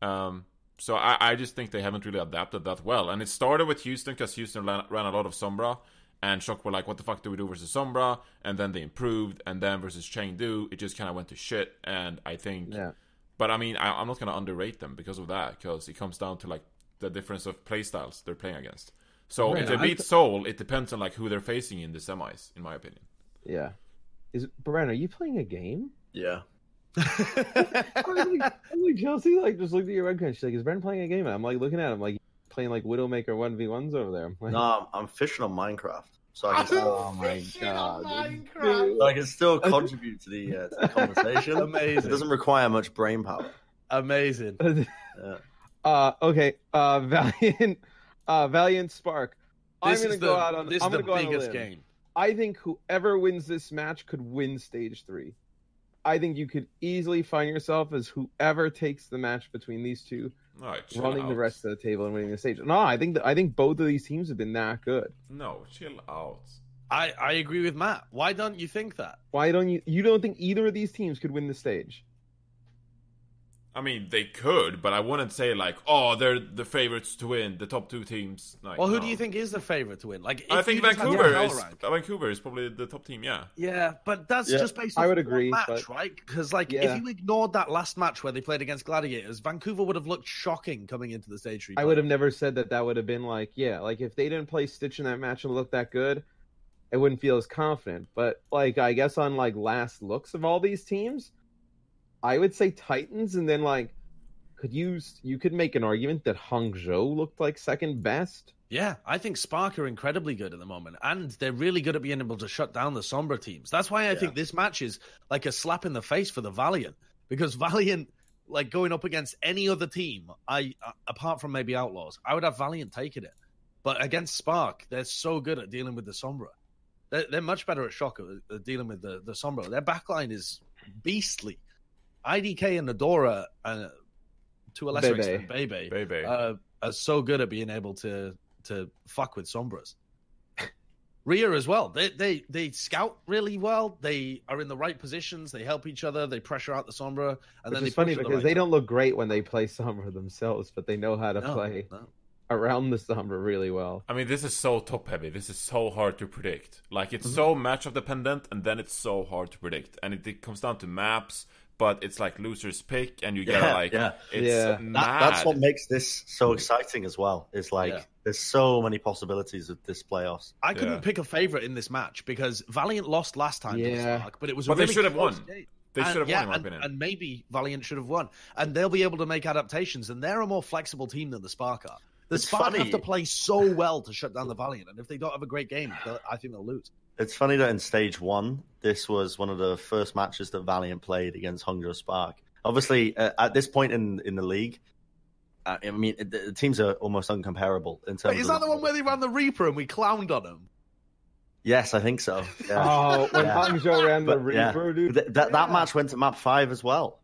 C: that.
A: Um, so I, I just think they haven't really adapted that well. And it started with Houston because Houston ran, ran a lot of Sombra. And Shock were like, what the fuck do we do versus Sombra? And then they improved. And then versus Chengdu, it just kind of went to shit. And I think.
B: Yeah.
A: But I mean, I, I'm not going to underrate them because of that. Because it comes down to like the difference of playstyles they're playing against. So
B: Right.
A: if they
B: I
A: beat Seoul, it depends on like who they're facing in the semis, in my opinion.
B: Yeah. Is Brian? Are you playing a game?
C: Yeah.
B: I'm like, I'm like, Chelsea, like just looked at your webcam. She's like, "Is Bren playing a game?" And I'm like looking at him, like playing like Widowmaker one v ones over there. I'm like,
C: No, I'm, I'm fishing on Minecraft, so I can still,
B: oh my god,
C: so I can still contribute to the, uh, to the conversation. It
D: amazing,
C: doesn't require much brain power.
D: amazing.
B: dude.
C: Yeah.
B: uh, okay, uh, Valiant, uh, Valiant Spark. I'm
D: This
B: gonna
D: is
B: go
D: the-
B: out on.
D: this
B: I'm
D: is the
B: gonna go out on a
D: biggest
B: limb.
D: game.
B: I think whoever wins this match could win stage three. I think you could easily find yourself as whoever takes the match between these two,
A: All right, chill
B: running the
A: out.
B: rest of the table and winning the stage. No, I think that, I think both of these teams have been that good.
A: No, chill out.
D: I I agree with Matt. Why don't you think that?
B: Why don't you? You don't think either of these teams could win the stage?
A: I mean, they could, but I wouldn't say like, oh, they're the favorites to win. The top two teams. Like,
D: Well, who
A: no.
D: do you think is the favorite to win? Like,
A: I
D: if
A: think
D: you just had
A: Vancouver
D: Power
A: is
D: rank-
A: Vancouver is probably the top team. Yeah,
D: Yeah, but that's
C: Yeah.
D: just based.
B: I
D: on
B: would
D: one
B: agree,
D: match,
B: but-
D: right? Because like,
B: Yeah.
D: if you ignored that last match where they played against Gladiators, Vancouver would have looked shocking coming into the stage.
B: I
D: replay.
B: would have never said that. That would have been like, yeah, like if they didn't play Stitch in that match and look that good, I wouldn't feel as confident. But like, I guess on like last looks of all these teams, I would say Titans, and then like could you you could make an argument that Hangzhou looked like second best.
D: Yeah, I think Spark are incredibly good at the moment, and they're really good at being able to shut down the Sombra teams. That's why I
C: Yeah.
D: think this match is like a slap in the face for the Valiant because Valiant, like going up against any other team, I uh, apart from maybe Outlaws, I would have Valiant taking it, but against Spark, they're so good at dealing with the Sombra. They're, they're much better at Shocker at dealing with the the Sombra. Their backline is beastly. IDK and Nadora, uh, to a lesser
B: Bebe.
D: extent, Bebe
A: baby.
D: uh, are so good at being able to to fuck with sombras. Rhea as well. They they they scout really well. They are in the right positions. They help each other. They pressure out the sombra, and
B: Which
D: then
B: is
D: it's
B: funny because they don't look great when they play Sombra themselves, but they know how to play around the Sombra really well.
A: I mean, this is so top heavy. This is so hard to predict. Like, it's
C: Mm-hmm.
A: so matchup dependent, and then it's so hard to predict. And it, it comes down to maps, but it's like loser's pick, and you gotta,
C: Yeah,
A: like,
C: yeah.
A: it's
B: Yeah.
A: mad.
C: That, that's what makes this so exciting as well. Is like
D: Yeah.
C: there's so many possibilities with this playoffs.
D: I couldn't
A: Yeah.
D: pick a favorite in this match because Valiant lost last time to
B: Yeah.
D: the Spark, but it was. a
A: But they
D: really
A: should have
D: close
A: won.
D: game.
A: they
D: And-
A: should have won,
D: yeah,
A: in my
D: and,
A: opinion.
D: and maybe Valiant should have won, and they'll be able to make adaptations. And they're a more flexible team than the Spark are. The
C: It's
D: Spark
C: funny.
D: have to play so well to shut down the Valiant, and if they don't have a great game, they'll- I think they'll lose.
C: It's funny that in stage one, this was one of the first matches that Valiant played against Hunger Spark. Obviously, uh, at this point in in the league, uh, I mean, the, the teams are almost uncomparable in terms.
D: Wait, is
C: of
D: that the one where they ran the Reaper and we clowned on them?
C: Yes, I think so. Yeah.
B: Oh, when
C: Yeah.
B: Hangzhou ran the
C: But, yeah.
B: Reaper, dude.
C: Th- that that
B: Yeah.
C: match went to map five as well.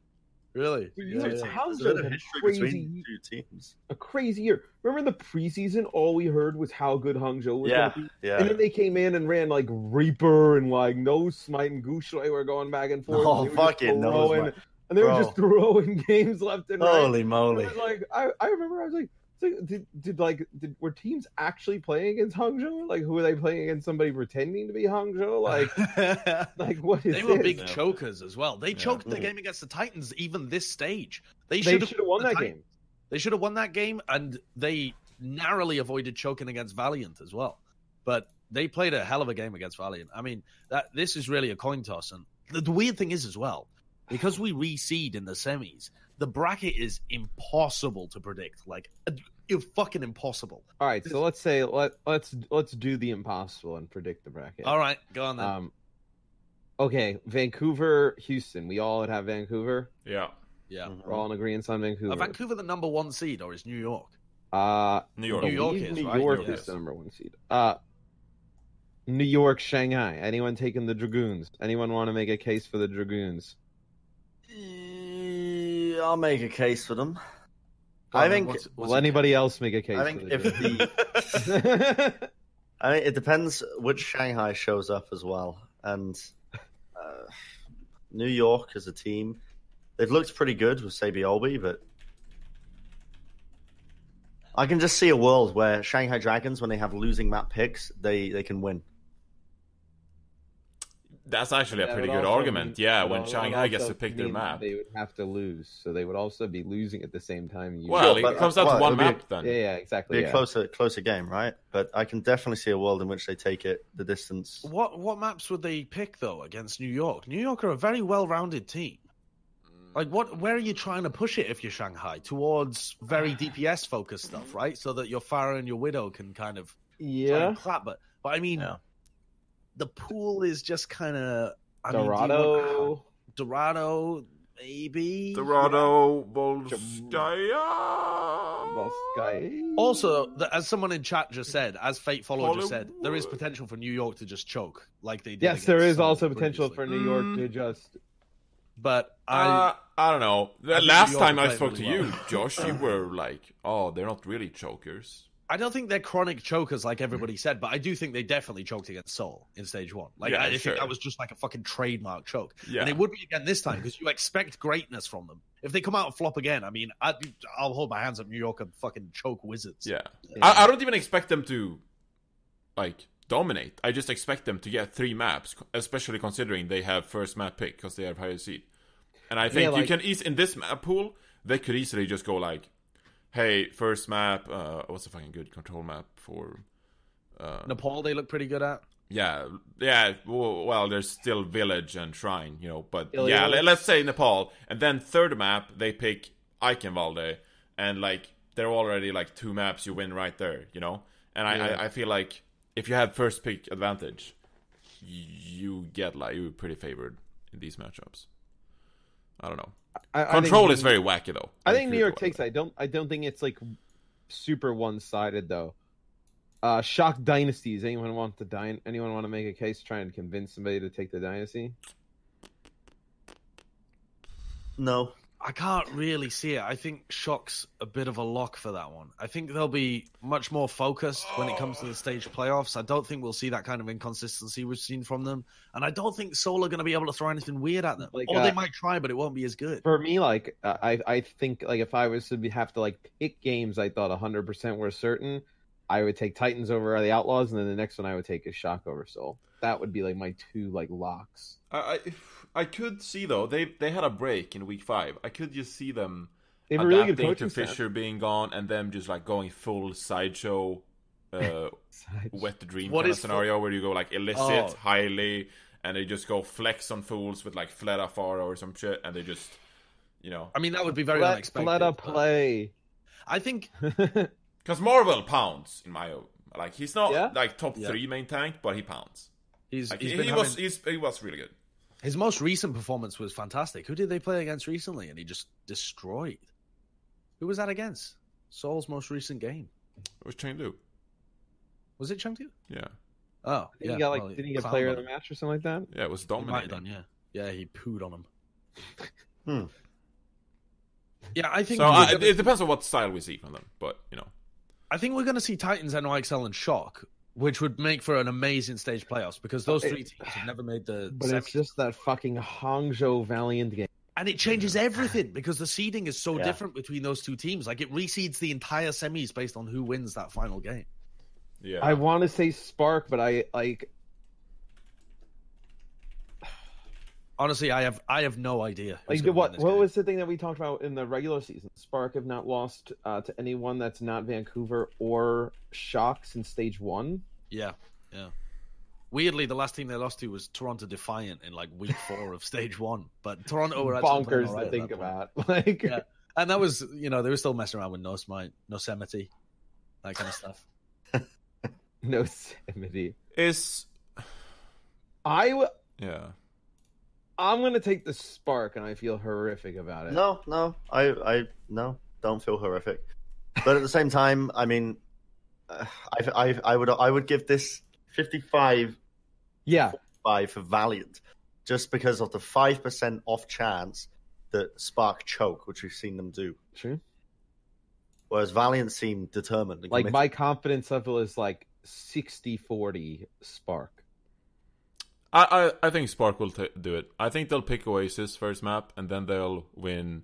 D: Really?
B: Dude,
D: Yeah,
B: you-
D: yeah.
B: Hangzhou
C: There's a bit
B: had
C: of
B: a
C: history
B: crazy-
C: between the two teams.
B: a crazy year. Remember in the preseason, all we heard was how good Hangzhou was
C: Yeah,
B: going to be, and
C: yeah.
B: then they came in and ran like Reaper and like No Smite and Gushue were going back and forth.
C: Oh,
B: and they were just
C: fucking Nose
B: throwing-
C: Smite.
B: And they were
C: Bro.
B: just throwing games left and right.
C: Holy moly!
B: It was like I, I remember I was like, it's like, did, did like did, were teams actually playing against Hangzhou? Like who were they playing against? Somebody pretending to be Hangzhou? Like like what is
D: they were
B: this?
D: big
A: Yeah.
D: chokers as well. They choked the
C: Mm.
D: game against the Titans even this stage. They
B: They
D: should
B: should have won that game.
D: They should have won that game, and they narrowly avoided choking against Valiant as well. But they played a hell of a game against Valiant. I mean, that this is really a coin toss. And the, the weird thing is as well, because we reseed in the semis, the bracket is impossible to predict. Like, it's fucking impossible.
B: All right, so let's say let let's let's do the impossible and predict the bracket.
D: All right, go on then.
B: Um, okay, Vancouver, Houston. We all would have Vancouver.
A: yeah.
D: yeah.
B: We're all in agreement on Vancouver.
D: Are Vancouver the number one seed, or is New York?
B: Uh,
A: New York.
D: New York
B: believe
D: is,
B: New
D: right?
B: York
A: Yes.
B: is the number one seed. Uh, New York, Shanghai. Anyone taking the Dragoons? Anyone want to make a case for the Dragoons?
C: Eh, I'll make a case for them.
D: Go
C: I
D: on then,
C: think-
D: what's- what's
B: Will
D: it-
B: anybody else make a case?
C: I think
B: for
C: if
B: the
C: the
B: Dragoons?
C: I mean, it depends which Shanghai shows up as well, and uh, New York as a team, they've looked pretty good with Sabi Olby, but I can just see a world where Shanghai Dragons, when they have losing map picks, they they can win.
A: That's actually
B: That
A: a pretty
B: would
A: good
B: also
A: argument.
B: mean-
A: yeah,
B: that
A: when
B: would
A: Shanghai gets
B: also
A: to pick their
B: mean
A: map.
B: they would have to lose, so they would also be losing at the same time. You
A: Well,
C: Sure,
A: it
C: but-
A: comes down to
C: well,
A: one
C: it'll be-
A: map then.
B: yeah, yeah,
C: Be
B: exactly.
C: a
B: Yeah.
C: closer closer game, right? But I can definitely see a world in which they take it the distance.
D: What what maps would they pick though against New York? New York are a very well-rounded team. Like what? Where are you trying to push it if you're Shanghai towards very DPS focused stuff, right? So that your Pharaoh and your Widow can kind of try
B: yeah.
D: and clap. But but I mean,
C: Yeah.
D: the pool is just kind of I mean, do you want-
B: Dorado.
D: Dorado, maybe
A: Dorado,
B: Well,
A: Volskaya.
B: Sky.
D: Also, the, as someone in chat just said, as Fate Follower just said, there is
A: Hollywood.
D: potential for New York to just choke like they did.
B: Yes,
D: against
B: there is
D: Seoul
B: also potential
D: previously.
B: for New York
A: Mm.
B: to just.
D: But I,
A: Uh, I don't know. The
D: I think
A: last
D: New York
A: time
D: are
A: I
D: playing
A: spoke to
D: really
A: you, Josh, you were like, "Oh, they're not really chokers."
D: I don't think they're chronic chokers like
A: Mm-hmm.
D: everybody said, but I do think they definitely choked against Seoul in stage one. Like
A: Yeah,
D: I
A: sure.
D: think that was just like a fucking trademark choke,
A: Yeah,
D: and it would be again this time because you expect greatness from them. If they come out and flop again, I mean, I'd be, I'll hold my hands up. New York and fucking choke wizards.
A: yeah. I, I don't even expect them to, like, dominate. I just expect them to get three maps, especially considering they have first map pick because they have higher seed. And I think
B: like-
A: you can ease in this map pool. They could easily just go like, "Hey, first map. Uh, what's a fucking good control map for?" Uh,
D: Nepal they look pretty good at.
A: Yeah, yeah. w- Well, there's still village and shrine, you know. But
B: Still
A: yeah,
B: Iliad.
A: le- let's say Nepal, and then third map they pick Eichenwalde, and like there are already like two maps you win right there, you know. And I,
B: Yeah.
A: I, I feel like if you have first pick advantage, y- you get like you're pretty favored in these matchups. I don't know.
B: I, I think
A: Control
B: New-
A: is very wacky though.
B: I think New York takes.
A: that.
B: I don't. I don't think it's like super one sided though. Uh, shock dynasties. Anyone want the dyn? Anyone want to make a case trying to convince somebody to take the dynasty?
C: No,
D: I can't really see it. I think Shock's a bit of a lock for that one. I think they'll be much more focused when it comes to the stage playoffs. I don't think we'll see that kind of inconsistency we've seen from them, and I don't think Soul are going to be able to throw anything weird at them.
B: Like,
D: or they
B: uh,
D: might try, but it won't be as good.
B: For me, like uh, I, I think like if I was to be, have to like pick games, I thought hundred percent were certain. I would take Titans over the Outlaws, and then the next one I would take is Shock over Soul. That would be like my two like locks.
A: I, I, if- I could see though they they had a break in week five. I could just see them
B: They have a really
A: adapting
B: good coaching
A: to
B: staff.
A: Fisher being gone and them just like going full sideshow, uh, wet the dream
D: What
A: kind of
D: is fu-
A: scenario where you go like illicit,
D: Oh.
A: highly, and they just go flex on fools with like Fleta Faro or some shit, and they just, you know,
D: I mean, that would be very
B: let,
D: unexpected.
B: let her
D: but
B: play.
D: I think
A: because Marvel pounds in my like he's not
B: Yeah?
A: like top
D: Yeah.
A: three main tank, but he pounds.
D: he's,
A: Like,
D: he's
A: he
D: been
A: he was
D: having-
A: he's, he was really good.
D: his most recent performance was fantastic. Who did they play against recently? And he just destroyed. Who was that against? Soul's most recent game
A: It was Chengdu.
D: was it Chengdu?
A: Yeah,
D: Oh,
B: Did
D: yeah.
B: he got like
D: well,
B: did he get
D: clowned
B: player
D: on
B: of the
D: him.
B: match or something like that?
A: yeah, it was
D: He might
A: dominating.
D: have done, yeah. Yeah, he pooed on him.
C: Hmm.
D: Yeah, I think
A: So
D: we're
A: I,
D: gonna-
A: it depends on what style we see from them, but you know.
D: I think we're going to see Titans, NYXL, and Shock, which would make for an amazing stage playoffs because those
B: It-
D: three teams have never made the.
B: But
D: semis.
B: it's just that fucking Hangzhou Valiant game.
D: and it changes everything because the seeding is so
C: Yeah.
D: different between those two teams. Like it reseeds the entire semis based on who wins that final game.
A: Yeah.
B: I want to say Spark, but I like
D: Honestly, I have I have no idea. who's
B: like
D: gonna win
B: what
D: this
B: what
D: game.
B: was the thing that we talked about in the regular season? Spark have not lost uh, to anyone that's not Vancouver or Shock since stage one.
D: Yeah, yeah. Weirdly, the last team they lost to was Toronto Defiant in like week four of stage one. But Toronto Oh, were actually playing
B: Bonkers
D: all right
B: to
D: at
B: think
D: that point.
B: about. Like
D: Yeah. And that was, you know, they were still messing around with Nosemite, Nosemite, that kind of stuff.
B: Yosemite.
A: is
B: I w-
A: yeah.
B: I'm gonna take the Spark, and I feel horrific about it.
C: no, no. I, I, no. Don't feel horrific. But at the same time, I mean, uh, I, I, I would, I would give this fifty-five
B: Yeah,
C: by for Valiant, just because of the five percent off chance that Spark choke, which we've seen them do.
B: true.
C: Whereas Valiant seem determined. and
B: Like
C: committed.
B: my confidence level is like 60-40 Spark.
A: I, I I think Spark will t- do it. I think they'll pick Oasis first map, and then they'll win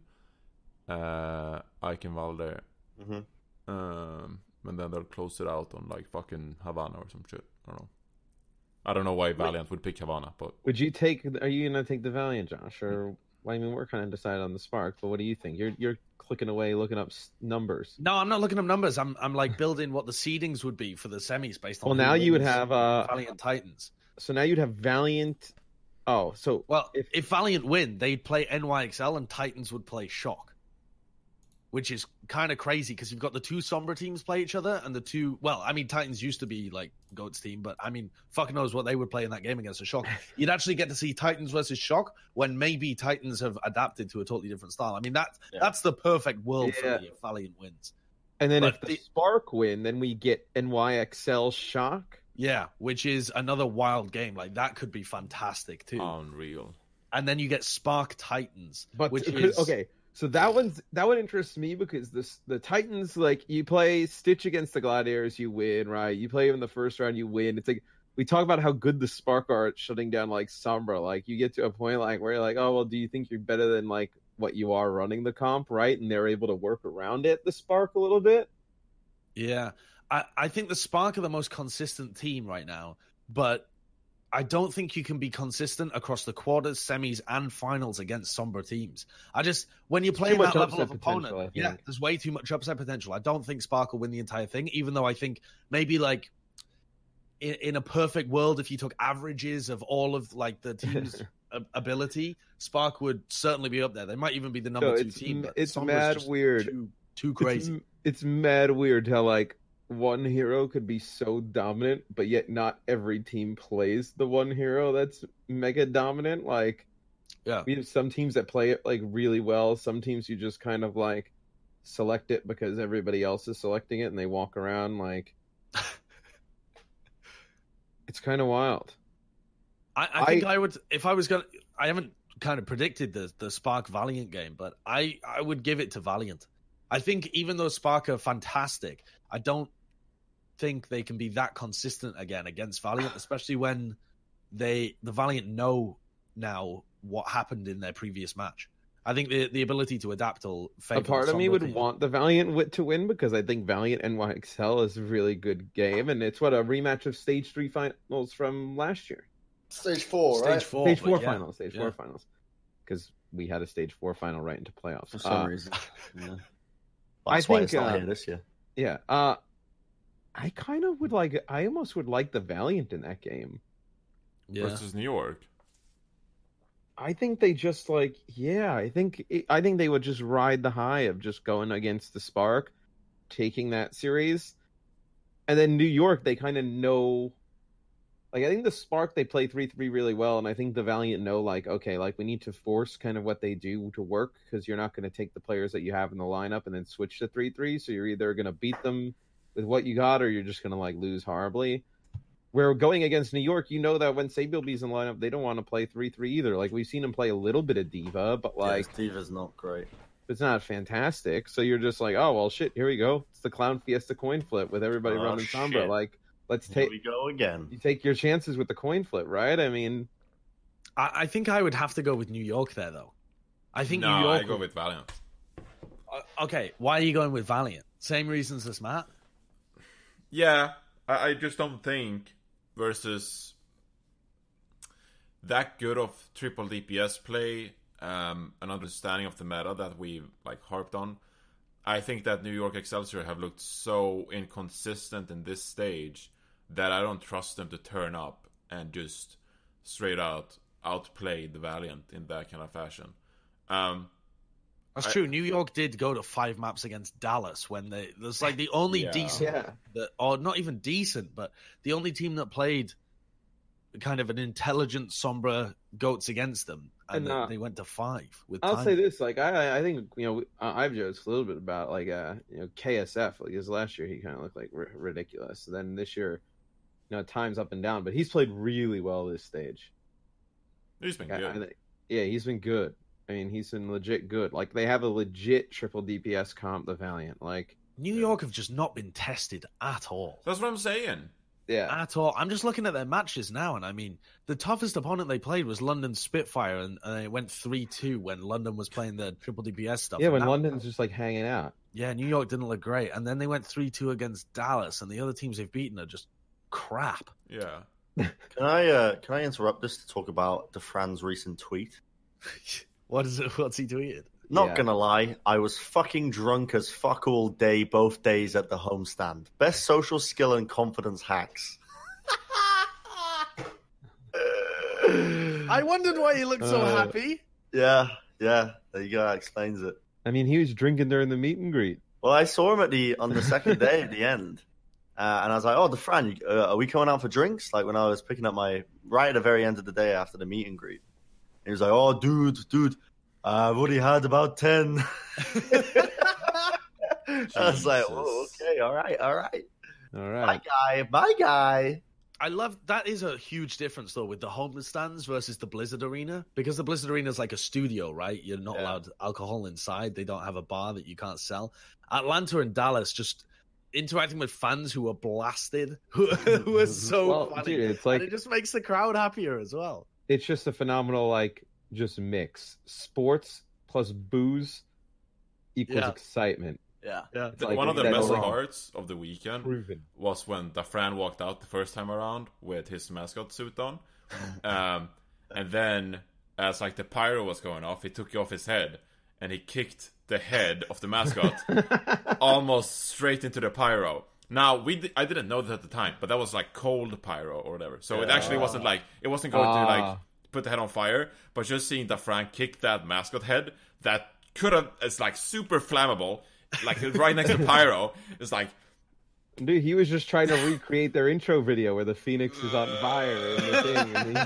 A: uh Eichenwalder.
C: Mhm.
A: Um, and then they'll close it out on like fucking Havana or some shit. I don't know. I don't know why Valiant would pick Havana, but
B: Would you take? Are you gonna take the Valiant, Josh? Or well, I mean, we're kind of decided on the Spark, but what do you think? You're you're clicking away, looking up s- numbers.
D: No, I'm not looking up numbers. I'm I'm like building what the seedings would be for the semis based on.
B: Well,
D: who
B: now you would
D: wins
B: have, uh,
D: Valiant Titans.
B: So now you'd have Valiant. Oh, so
D: Well, if,
B: if-
D: Valiant win, they'd play NYXL and Titans would play Shock, which is kind of crazy because you've got the two Sombra teams play each other and the two. Well, I mean, Titans used to be like Goat's team, but I mean, fuck knows what they would play in that game against a Shock. You'd actually get to see Titans versus Shock when maybe Titans have adapted to a totally different style. I mean, that
C: Yeah.
D: that's the perfect world
B: Yeah.
D: for me if Valiant wins.
B: and then
D: but
B: if the,
D: the-
B: Spark win, then we get NYXL Shock.
D: Yeah, which is another wild game. Like that could be fantastic too.
A: unreal.
D: and then you get Spark Titans,
B: Um, But
D: which is
B: okay, so that one's that one interests me because this the Titans like you play Stitch against the Gladiators, you win, right? You play them in the first round, you win. It's like we talk about how good the Spark are at shutting down like Sombra. Like you get to a point like where you're like, oh well, do you think you're better than like what you are running the comp, right? And they're able to work around it, the Spark a little bit.
D: Yeah. I, I think the Spark are the most consistent team right now, but I don't think you can be consistent across the quarters, semis, and finals against somber teams. I just when you're playing
B: much
D: that level
B: upset
D: of
B: potential, I
D: opponent, yeah,
B: think.
D: there's way too much upset potential. I don't think Spark will win the entire thing, even though I think maybe like in, in a perfect world, if you took averages of all of like the teams' a- ability, Spark would certainly be up there. They might even be the number
B: No,
D: two
B: it's
D: team.
B: m-
D: But
B: it's
D: Sombra's
B: mad
D: just
B: weird.
D: too, too crazy.
B: It's, it's mad weird how like one hero could be so dominant, but yet not every team plays the one hero that's mega dominant. Like,
D: Yeah.
B: we have some teams that play it like really well. Some teams you just kind of like select it because everybody else is selecting it, and they walk around like. it's kind of wild.
D: I, I think I, would if I was gonna. I haven't kind of predicted the the Spark Valiant game, but I I would give it to Valiant. I think even though Spark are fantastic, I don't think they can be that consistent again against Valiant, especially when they the Valiant know now what happened in their previous match. I think the the ability to adapt will.
B: a
D: favor the
B: part of me
D: Sombra
B: would
D: team.
B: want the Valiant Wit to win because I think Valiant NYXL is a really good game, and it's what a rematch of Stage Three finals from last year,
E: Stage four,
D: stage
E: right?
D: four,
B: Stage
D: Oh, but
B: Four
D: yeah.
B: finals, Stage
D: yeah.
B: Four finals, because we had a Stage Four final right into playoffs.
C: for some
B: Uh,
C: reason. Yeah. That's
B: I
C: why
B: think,
C: it's not
B: uh,
C: here this year.
B: Yeah, uh, I kind of would like. I almost would like the Valiant in that game.
D: Yeah.
A: versus New York.
B: I think they just like yeah. I think I think they would just ride the high of just going against the Spark, taking that series, and then New York. They kind of know, like I think the Spark they play three three really well, and I think the Valiant know like okay, like we need to force kind of what they do to work because you're not going to take the players that you have in the lineup and then switch to three three. So you're either going to beat them with what you got, or you're just going to like lose horribly we're going against New York, you know that when Sabielbee's in the lineup, they don't want to play 3 3 either. Like, we've seen him play a little bit of Diva, but like,
C: yeah, Diva's not great.
B: it's not fantastic. So you're just like, oh, well, shit, here we go. It's the Clown Fiesta coin flip with everybody
C: Oh,
B: running Sombra.
C: shit.
B: Like, let's
C: Here
B: take
C: we go again.
B: you take your chances with the coin flip, right? I mean,
D: I, I think I would have to go with New York there though. I think
A: no,
D: New York
A: I go with Valiant.
D: Uh, okay, why are you going with Valiant? Same reasons as Matt.
A: Yeah, I, I just don't think versus that good of triple DPS play, um, an understanding of the meta that we like harped on. I think that New York Excelsior have looked so inconsistent in this stage that I don't trust them to turn up and just straight out outplay the Valiant in that kind of fashion. Um,
D: That's
A: I-
D: true. New York did go to five maps against Dallas when they that's like the only
A: Yeah.
D: decent that or not even decent, but the only team that played kind of an intelligent Sombra goats against them. And,
B: And, uh,
D: they went to five with
B: I'll
D: time.
B: say this: like I, I think you know, I- I've joked a little bit about like uh, you know, KSF like, because last year he kind of looked like r- ridiculous. And then this year, you know, times up and down, but he's played really well this stage.
A: he's been
B: I- I
A: good.
B: think- yeah, he's been good. I mean, he's been legit good. Like they have a legit triple DPS comp, the Valiant. Like,
D: New York have just not been tested at all.
A: That's what I'm saying.
B: yeah,
D: At all. I'm just looking at their matches now, and I mean, the toughest opponent they played was London Spitfire, and, and it went 3 2 when London was playing the triple DPS stuff.
B: yeah.
D: and
B: When
D: that-
B: London's just like hanging out,
D: Yeah, New York didn't look great, and then they went three two against Dallas, and the other teams they've beaten are just crap.
A: Yeah.
C: Can I uh, can I interrupt this to talk about DeFran's recent tweet?
D: What is it? What's he tweeted?
C: Not
B: Yeah.
C: gonna lie, I was fucking drunk as fuck all day, both days at the homestand. Best social skill and confidence hacks.
D: I wondered why he looked so
B: Uh,
D: happy.
C: yeah, yeah, there you go. That explains it.
B: I mean, he was drinking during the meet and greet.
C: Well, I saw him at the on the second day at the end, uh, and I was like, "Oh, DeFran, you- uh, are we going out for drinks?" Like when I was picking up my right at the very end of the day after the meet and greet, he was like, "Oh, dude, dude, I've already had about 10. I was like, "Oh,
A: Jesus.
C: okay, all right, all right,
B: All
C: bye
B: right,
C: guy, bye guy."
D: I love that is a huge difference though with the homeless stands versus the Blizzard Arena because the Blizzard Arena is like a studio, right? You're not
C: Yeah.
D: allowed alcohol inside. They don't have a bar that you can't sell. Atlanta and Dallas just interacting with fans who are blasted, who, who are so
B: well,
D: funny.
B: dude, it's
D: and
B: like
D: it just makes the crowd happier as well.
B: it's just a phenomenal like just mix sports plus booze equals
D: Yeah.
B: excitement.
C: Yeah,
D: Yeah.
A: The-
B: Like,
A: One of the
B: that's
A: best
B: wrong.
A: parts of the weekend
B: Proven.
A: was when Dafran walked out the first time around with his mascot suit on. Um, and then, as like the pyro was going off, he took off his head and he kicked the head of the mascot almost straight into the pyro. Now we di- I didn't know that at the time, but that was like cold pyro or whatever. So it actually
C: Yeah.
A: wasn't like it wasn't going to like
B: Ah.
A: put the head on fire, but just seeing that Frank kick that mascot head that could have it's like super flammable, like right next to pyro, it's like
B: Dude, he was just trying to recreate their intro video where the phoenix is on fire and the thing. And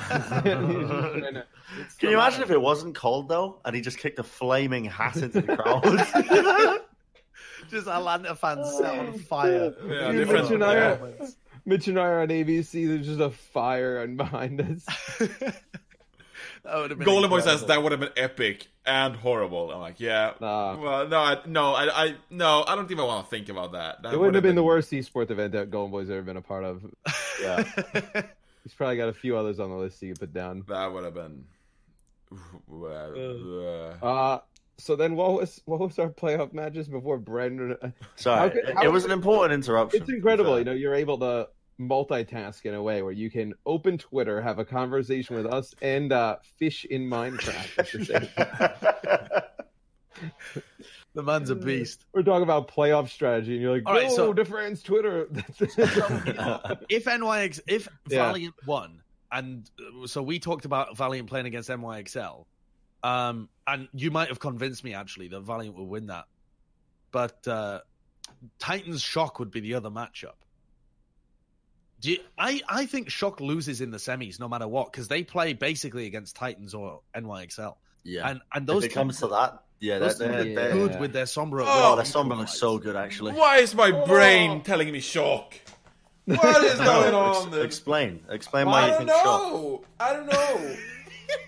B: he's, he's just trying to, it's
C: Can
B: the
C: you imagine if
B: line.
C: it wasn't cold though, and he just kicked a flaming hat into the crowd?
D: Just Atlanta fans set on fire.
A: Yeah,
B: Dude,
A: different-
B: Mitch, and I
A: yeah.
B: are, Mitch and I are on ABC. There's just a fire on behind us.
A: Golden Boy says that would have been epic and horrible. I'm like, yeah.
B: Nah.
A: Well, no, I, no, I, I, no, I don't even want to think about that. That
B: It wouldn't have been the worst esports event that Golden Boy's ever been a part of.
C: yeah,
D: that.
B: He's probably got a few others on the list that you could put down.
A: That would have been. Well, uh,
B: Uh, so then what was what was our playoff matches before Brendan?
C: sorry,
B: How could-
C: it-
B: how
C: it was
B: could-
C: an important interruption.
B: It's incredible,
C: Fair.
B: you know, you're able to multitask in a way where you can open Twitter, have a conversation with us, and uh, fish in Minecraft. at the same time.
D: the man's a beast.
B: We're talking about playoff strategy, and you're like,
D: All right,
B: no,
D: so-
B: defends Twitter.
D: If NYX, if
B: Yeah.
D: Valiant won, and uh, so we talked about Valiant playing against NYXL, um, and you might have convinced me actually that Valiant would win that, but uh, Titans Shock would be the other matchup. Do you, I I think Shock loses in the semis no matter what because they play basically against Titans or NYXL,
C: yeah,
D: and and
C: if
D: those
C: it comes to that, yeah,
D: those
C: that,
D: teams
C: they're,
B: are
C: they're-
D: good
B: Yeah.
D: with their Sombra.
A: Oh,
C: oh,
D: well
C: the Sombra looks
D: compromised.
C: so good actually. Oh.
A: why is my brain telling me shock? What is going on?
C: Ex- explain, explain
A: I
C: why you
A: don't
C: think shock.
A: know. I don't know.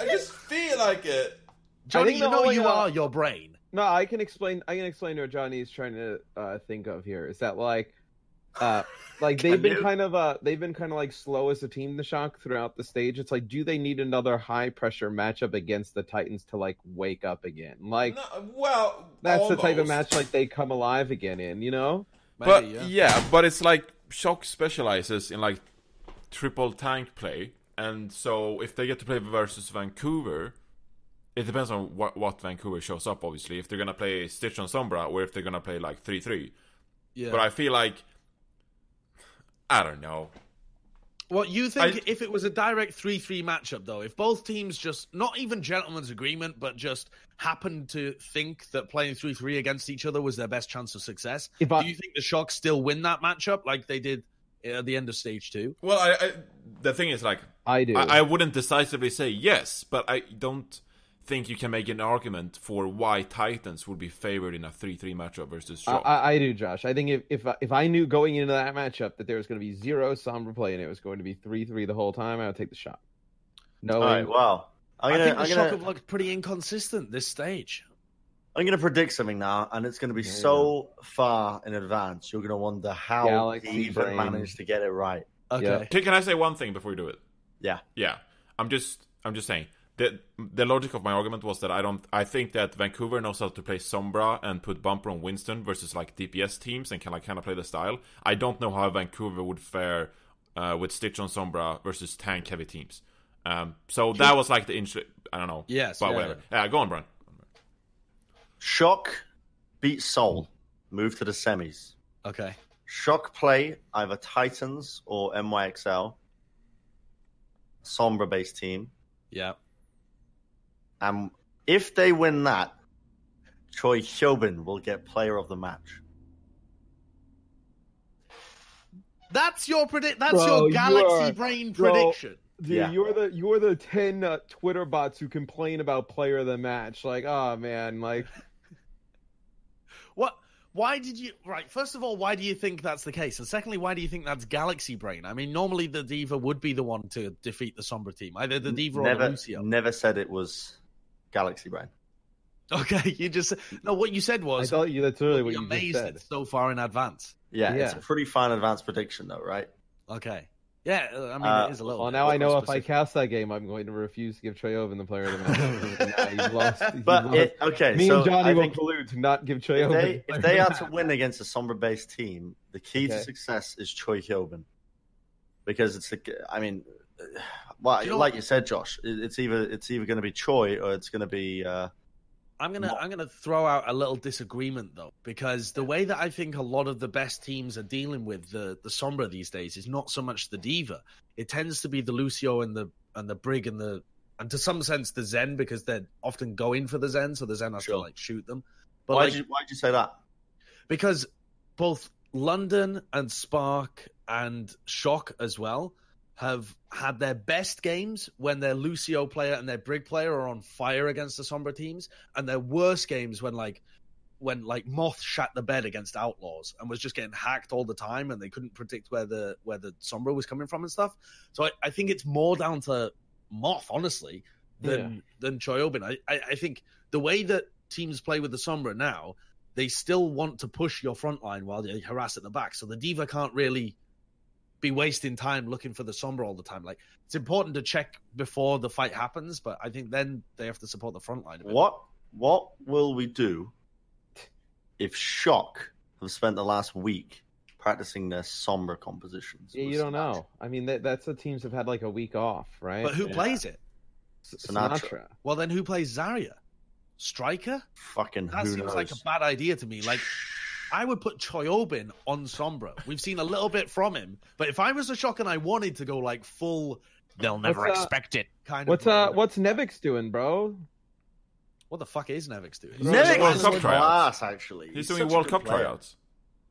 A: I just feel like it.
B: I
D: Johnny,
B: think
D: you
B: the
D: know
B: whole,
D: you
B: uh,
D: are your brain.
B: no, I can explain. I can explain what Johnny's trying to uh, think of here. Is that like, uh, like they've
C: Can
B: been
C: you?
B: kind of uh, they've been kind of like slow as a team. The shock throughout the stage. It's like, do they need another high pressure matchup against the Titans to like wake up again? Like.
A: No, well,
B: That's the type of
A: almost.
B: match like they come alive again in, you know?
A: But
D: Maybe,
A: yeah. but it's like Shock specializes in like triple tank play, and so if they get to play versus Vancouver, it depends on what what Vancouver shows up. Obviously, if they're gonna play Stitch on Sombra, or if they're gonna play like three three.
D: yeah.
A: But I feel like I don't know.
D: What you think
A: I-
D: if it was a direct 3 3 matchup, though, if both teams just, not even gentlemen's agreement, but just happened to think that playing 3 3 against each other was their best chance of success,
B: If I-
D: do you think the Shock still win that matchup like they did at the end of stage two?
A: Well, I, I the thing is like
B: I do.
A: I, I wouldn't decisively say yes, but I don't think you can make an argument for why Titans would be favored in a three three matchup versus
B: I,
A: Shock.
B: I- I do, Josh. I think if if I- if I knew going into that matchup that there was going to be zero Sombra play and it was going to be three three the whole time, I would take the shot. No,
C: All right, wow. I'm
D: I
C: gonna,
D: think the
C: I'm
D: Shock
C: gonna,
D: have looked pretty inconsistent this stage.
C: I'm gonna predict something now, and it's gonna be
B: Yeah.
C: so far in advance. You're gonna wonder how
B: Galaxy
C: he even
B: brain.
C: managed to get it right.
D: Okay.
B: Yeah.
A: Can, can I say one thing before you do it?
C: Yeah.
A: Yeah. I'm just I'm just saying the the logic of my argument was that I don't I think that Vancouver knows how to play Sombra and put Bumper on Winston versus like DPS teams and can like kind of play the style. I don't know how Vancouver would fare uh, with Stitch on Sombra versus tank heavy teams. Um, so that was like the inch. I don't know.
D: Yes,
A: but
D: yeah,
A: whatever. Yeah, go on, Brian.
C: Shock beat Soul, move to the semis.
D: Okay.
C: Shock play either Titans or NYXL, Sombra based team.
D: Yeah.
C: And if they win that, Choi Hyobin will get player of the match.
D: That's your predict. That's
B: Bro,
D: your
B: you
D: galaxy
B: are-
D: brain
B: bro.
D: prediction.
B: dude,
C: yeah.
B: you're the you're the ten uh, Twitter bots who complain about player of the match. Like, oh man, like
D: What? Why did you? Right. First of all, why do you think that's the case? And secondly, why do you think that's Galaxy Brain? I mean, normally the Diva would be the one to defeat the Sombra team, either the Diva or the
C: never,
D: Lucio.
C: never said it was Galaxy Brain.
D: Okay, you just no. What you said
B: I
D: was
B: thought you. That's literally what
D: "You're
B: you just
D: amazed
B: said.
D: it's so far in advance.
C: Yeah, it's
B: Yeah.
C: a pretty fine advanced prediction, though, right?
D: Okay. Yeah, uh, I mean,
C: Uh,
D: it is a little.
B: Well,
D: bit
B: now I know if I
D: specific.
B: cast that game, I'm going to refuse to give Treyovan the player of the match. Nah, he's lost. He's
C: But
B: lost.
C: it, okay,
B: me
C: so
B: and Johnny
C: I
B: will
C: think
B: collude to not give
C: if
B: Treyovan.
C: they,
B: the
C: if
B: player
C: they
B: of
C: are
B: the
C: to
B: match.
C: win against a Sombra based team, the key to
B: Okay.
C: success is Choi Hyobin. Because it's the, I mean, well,
D: You know-
C: like you said, Josh, it- it's either it's either going to be Choi or it's going to be uh,
D: I'm gonna I'm gonna throw out a little disagreement though, because the way that I think a lot of the best teams are dealing with the the Sombra these days is not so much the Diva. It tends to be the Lucio and the and the Brig and the and to some sense the Zen because they're often going for the Zen, so the Zen has to
C: Sure.
D: like shoot them. But
C: Why
D: like,
C: did you, why'd you say that?
D: because both London and Spark and Shock as well have had their best games when their Lucio player and their Brig player are on fire against the Sombra teams, and their worst games when like when like Moth shat the bed against Outlaws and was just getting hacked all the time, and they couldn't predict where the where the Sombra was coming from and stuff. So I, I think it's more down to Moth, honestly, than than Choyobin. I, I I think the way that teams play with the Sombra now they still want to push your front line while they harass at the back. So the diva can't really be wasting time looking for the sombra all the time. Like it's important to check before the fight happens, but I think then they have to support the front line. a bit.
C: What what will we do if Shock have spent the last week practicing their somber compositions?
B: Yeah, you
C: with
B: don't
C: Sinatra?
B: know. I mean, that, that's the teams have had like a week off, right?
D: But who
C: Yeah.
D: plays it?
B: S-
C: Sinatra.
D: Well, then who plays Zarya? Striker?
C: Fucking
D: That
C: who
D: seems
C: knows?
D: like a bad idea to me. Like I would put Choyobin on Sombra. We've seen a little bit from him, but if I was a shock and I wanted to go like full
E: They'll never
B: What's, uh,
E: expect it.
D: kind
B: What's
D: of
B: uh, what's Nevix doing, bro?
D: what the fuck is Nevix doing?
B: Bro,
C: Nevix
B: he's
A: World
C: is
A: Cup
C: class,
A: tryouts.
C: actually.
A: He's doing
C: such a
A: World
C: good
A: Cup
C: player.
A: tryouts.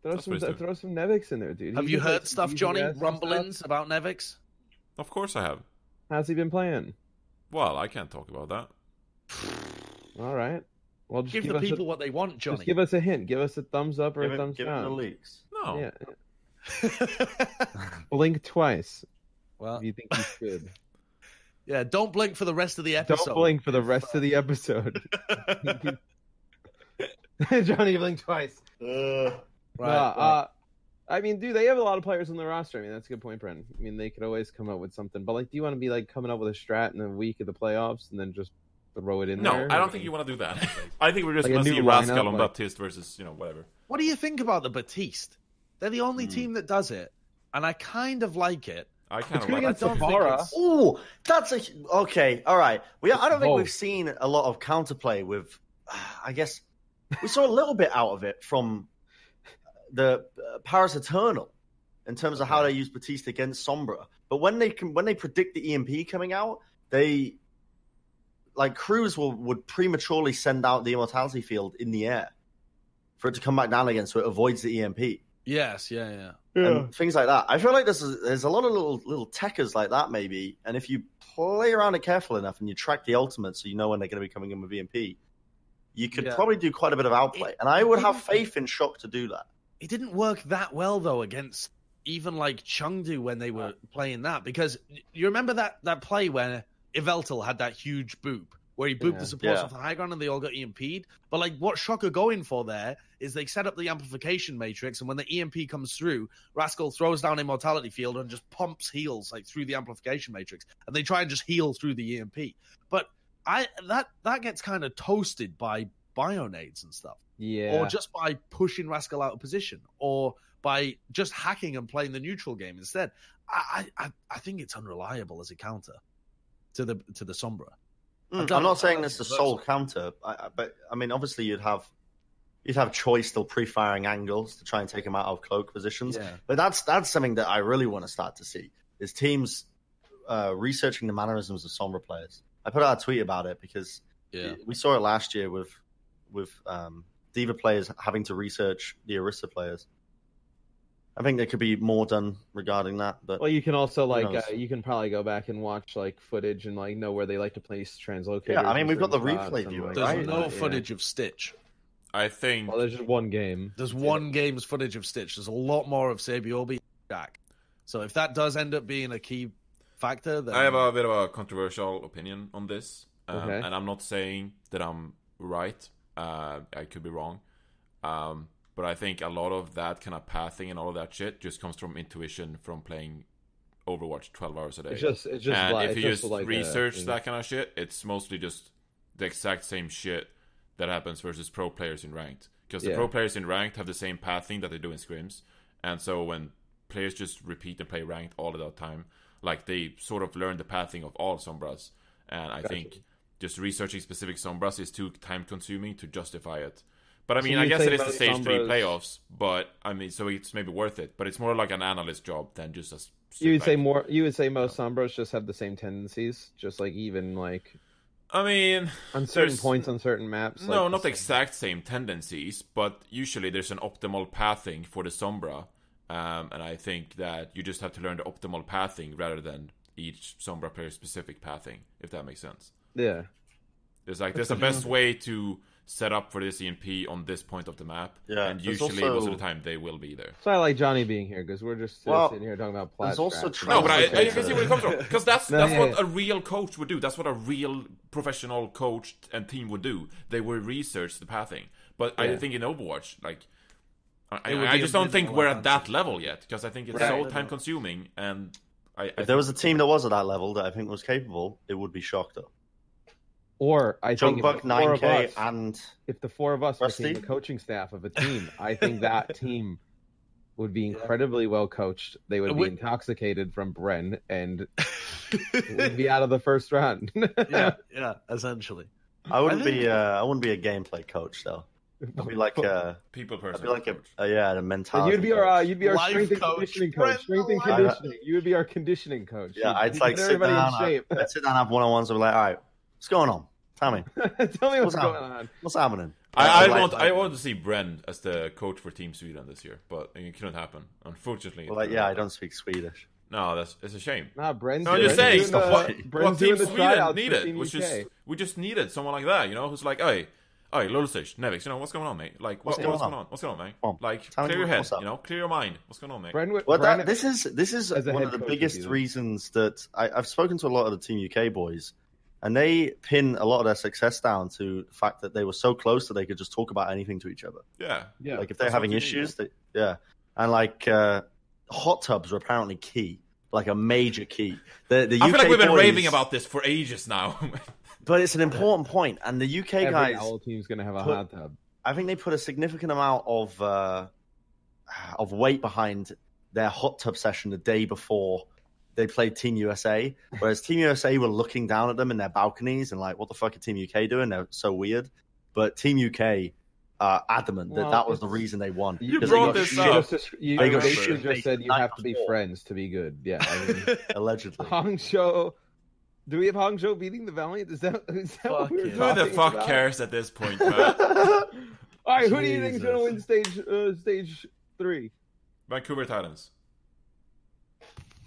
B: Throw
A: That's
B: some
A: what he's doing.
B: throw some Nevix in there, dude.
D: Have
B: He
D: you
B: did, like,
D: heard
B: some
D: stuff,
B: easy
D: Johnny?
B: ass and stuff.
D: Rumblings about Nevix?
A: Of course I have.
B: How's he been playing?
A: Well, I can't talk about that.
B: All right. Well, just
D: Give
B: give,
D: the
B: us
D: people
B: a,
D: what they want,
B: just
D: Johnny.
B: give us a hint. Give us a thumbs up or
C: Give
B: a
C: him,
B: thumbs
C: give him the
B: down.
C: leaks.
D: Oh.
A: No.
B: Yeah,
D: well,
B: blink twice if you think he's good.
D: yeah, don't blink for the rest of the episode.
B: Don't blink for the rest of the episode. Johnny blinked twice.
C: Uh,
B: No,
D: Right, right.
B: uh, I mean, dude, they have a lot of players on the roster. I mean, that's a good point, Bren. I mean, they could always come up with something. But like, do you want to be like coming up with a strat in the week of the playoffs and then just throw it in
A: No,
B: there?
A: I don't think you want to do that. I think we're just
B: Like a
A: going to
B: new
A: see
B: lineup,
A: Rascal and
B: like-
A: Baptiste versus, you know, whatever.
D: what do you think about the Batiste? They're the only
C: Hmm.
D: team that does it, and I kind of like it.
A: I kind of
B: gonna
A: like
D: I
B: get
A: that.
D: don't think
B: Safara.
D: it's-
C: oh, that's a okay. All right. We I don't think
B: Oh.
C: we've seen a lot of counterplay with. I guess we saw a little bit out of it from the uh, Paris Eternal in terms of how they use Batiste against Sombra. But when they can, when they predict the EMP coming out, they like Cruz will would prematurely send out the immortality field in the air for it to come back down again, so it avoids the E EMP
D: Yes, yeah, yeah.
C: and things like that. I feel like this is, there's a lot of little little techers like that maybe, and if you play around it careful enough and you track the ultimate, so you know when they're going to be coming in with EMP, you could
D: Yeah. Mm.
C: probably do quite a bit of outplay. And I would have faith in Shock to do that.
D: It didn't work that well though against even like Chengdu when they were playing that because you remember that that play where Iveltal had that huge boop where he booped
B: Yeah.
D: the supports
C: Yeah.
D: off the high ground and they all got EMP'd. But like what Shock are going for there is they set up the amplification matrix and when the EMP comes through, Rascal throws down Immortality Field and just pumps heals like through the amplification matrix and they try and just heal through the EMP. But I that that gets kind of toasted by Bionades and stuff
B: Yeah.
D: or just by pushing Rascal out of position, or by just hacking and playing the neutral game instead. I I, I- I think it's unreliable as a counter to the to the Sombra.
C: Mm,
D: don't-
C: I'm
D: I
C: not saying
D: don't
C: this is
D: think
C: sole counter, I, I- but I mean obviously you'd have you'd have choice still pre-firing angles to try and take him out of cloak positions.
D: Yeah.
C: But that's that's something that I really want to start to see is teams uh, researching the mannerisms of Sombra players. I put out a tweet about it because we saw it last year with with um, diva players having to research the Arista players. I think there could be more done regarding that, but
B: Well, you can also like
C: knows?
B: uh, you can probably go back and watch like footage and like know where they like to place translocators.
C: Yeah, I mean,
B: in
C: we've got
B: certain
C: the
B: spots
C: replay
B: and,
C: viewer,
B: like,
D: There's
C: Right.
D: no
B: yeah.
D: footage of Stitch.
A: I think
B: Well, there's just one game.
D: There's one game's footage of Stitch. There's a lot more of Sabiobi Jack. So if that does end up being a key factor,
B: uh,
D: then
A: I have a bit of a controversial opinion on this, um,
B: Okay.
A: and I'm not saying that I'm right. Uh, I could be wrong, um, but I think a lot of that kind of pathing and all of that shit just comes from intuition from playing Overwatch 12 hours a day.
B: It's just it's just
A: and
B: like
A: if
B: it's
A: you
B: just
A: just
B: like a-
A: research
B: yeah.
A: that kind of shit, it's mostly just the exact same shit that happens versus pro players in ranked. Because
B: Yeah.
A: the pro players in ranked have the same pathing that they do in scrims, and so when players just repeat and play ranked all of that time, like they sort of learn the pathing of all sombras, and I think just researching specific sombras is too time consuming to justify it. But I
B: So
A: mean, I
B: you
A: guess
B: say
A: it is the
B: most
A: stage three
B: Sombras-
A: playoffs. But I mean, so it's maybe worth it. But it's more like an analyst job than just a. s-
B: You would
A: like-
B: say more. You would say most Sombras just have the same tendencies, just like even like
A: I mean,
B: on certain
A: There's-
B: points on certain maps.
A: no,
B: like,
A: not the exact same tendencies, but usually there's an optimal pathing for the sombra, um, and I think that you just have to learn the optimal pathing rather than each sombra player specific pathing, if that makes sense.
B: Yeah,
A: There's like there's the best way to set up for this EMP on this point of the map,
C: Yeah,
A: and
C: there's
A: usually most
C: also-
A: of the time they will be there.
B: so I like Johnny being here because we're just
C: Well,
B: sitting here talking about
C: there's
B: plat.
C: also
B: strats.
C: tra-
A: No, but I, I,
C: Okay.
A: you can see where it comes from because that's
B: No,
A: that's
B: yeah,
A: what
B: yeah.
A: a real coach would do. That's what a real professional coach and team would do. They would research the pathing. But I
B: Yeah.
A: think in Overwatch, like, I,
D: It would
A: I- I
D: be a
A: just don't think
D: minimal
A: we're at that
D: advantage.
A: level yet because I think it's
B: Right.
A: so time consuming and I, I
C: If there was a team that was at that level that I think was capable, it would be shocked up.
B: or I think
C: Junk
B: if the
C: Buck,
B: four of
C: 9K,
B: us,
C: and
B: if the four of us became
C: Rusty?
B: the coaching staff of a team, I think that team would be incredibly well coached. They would
D: Uh,
B: be
D: we-
B: intoxicated from Bren and would be out of the first round.
D: yeah, yeah, essentially.
C: I wouldn't
D: think-
C: be. Uh, I wouldn't be a gameplay coach though. I'd be like. Uh,
A: people
C: I'd
A: person.
C: be like a.
A: coach.
C: Uh, yeah, a
B: And
C: mentality.
B: you'd be our uh,
C: coach.
B: you'd be our
D: Life
B: strength and
D: coach,
B: conditioning
D: Brent
B: coach. Strength and
D: the
C: life
B: conditioning. You would be our conditioning coach.
C: Yeah,
B: You'd-
C: I'd
B: you'd
C: like
B: get
C: sit
B: everybody
C: down.
B: in
C: I'd,
B: shape.
C: I'd sit down, have one on ones, and be like, "All right, what's going on? Tell me,
B: Tell me what's
C: What's
B: going
C: up?
B: on.
C: what's happening."
A: I, I
C: I'd like-
A: want I want to see Bren as the coach for Team Sweden this year, but it couldn't happen. Unfortunately, it
C: Well, like,
A: couldn't
C: yeah, I
A: happen.
C: don't speak Swedish.
A: No, that's it's a shame.
B: Nah, Bren's
A: No, I'm
B: doing-
A: just
B: Bren's
A: saying.
B: doing the-
C: what-
B: Bren's
A: what
B: doing
A: Team
B: the
A: Sweden
B: tryouts for
A: needed
B: Team
A: was
B: UK.
A: just we just needed someone like that, you know, who's like, hey, hey, Lulcich, Nevix, you know, what's going on, mate? Like,
C: What's
A: what,
C: going
A: what's
C: on?
A: going on? What's going on, mate?
C: Come on,
A: Like,
C: tell me
A: clear your head,
C: what's up.
A: you know, clear your mind. What's going on, mate?
B: Bren, would-
C: Well,
B: Bren-
C: that, this is this is
B: As a
C: one
B: head
C: of the
B: coach would
C: biggest
B: be the-
C: reasons that I, I've spoken to a lot of the Team UK boys, and they pin a lot of their success down to the fact that they were so close that they could just talk about anything to each other.
A: Yeah,
B: yeah.
C: like if they're
A: that's what
C: having
A: you need,
C: issues, they, yeah, and like uh, hot tubs were apparently key, like a major key. The, the
A: I
C: UK
A: feel like we've been
C: boys-
A: raving about this for ages now.
C: but it's an important point, and the UK
B: Every
C: guys,
B: owl team's gonna have a
C: put-
B: hot tub.
C: I think they put a significant amount of uh, of weight behind their hot tub session the day before they played Team USA. Whereas Team USA were looking down at them in their balconies and like, "What the fuck are Team UK doing? They're so weird." But Team UK uh, adamant that
B: Well,
C: that was the
B: it's-
C: reason they won.
B: You
C: 'Because they
A: brought
C: got
A: this
C: shit
A: up.
B: Just, just, you,
A: I
B: they
A: remember.
B: should have just said you
C: Night
B: have to be
C: before.
B: friends to be good. Yeah. I mean,
C: allegedly.
B: Uh-huh. Hangzhou. Do we have Hangzhou beating the Valiant? Is that, is that what
D: Fuck
B: we were
D: yeah.
A: Who the
B: talking
A: fuck
B: about?
A: cares at this point, man?
B: All right, who do you think's
D: Jesus.
B: gonna win stage uh, stage three
A: Vancouver Titans.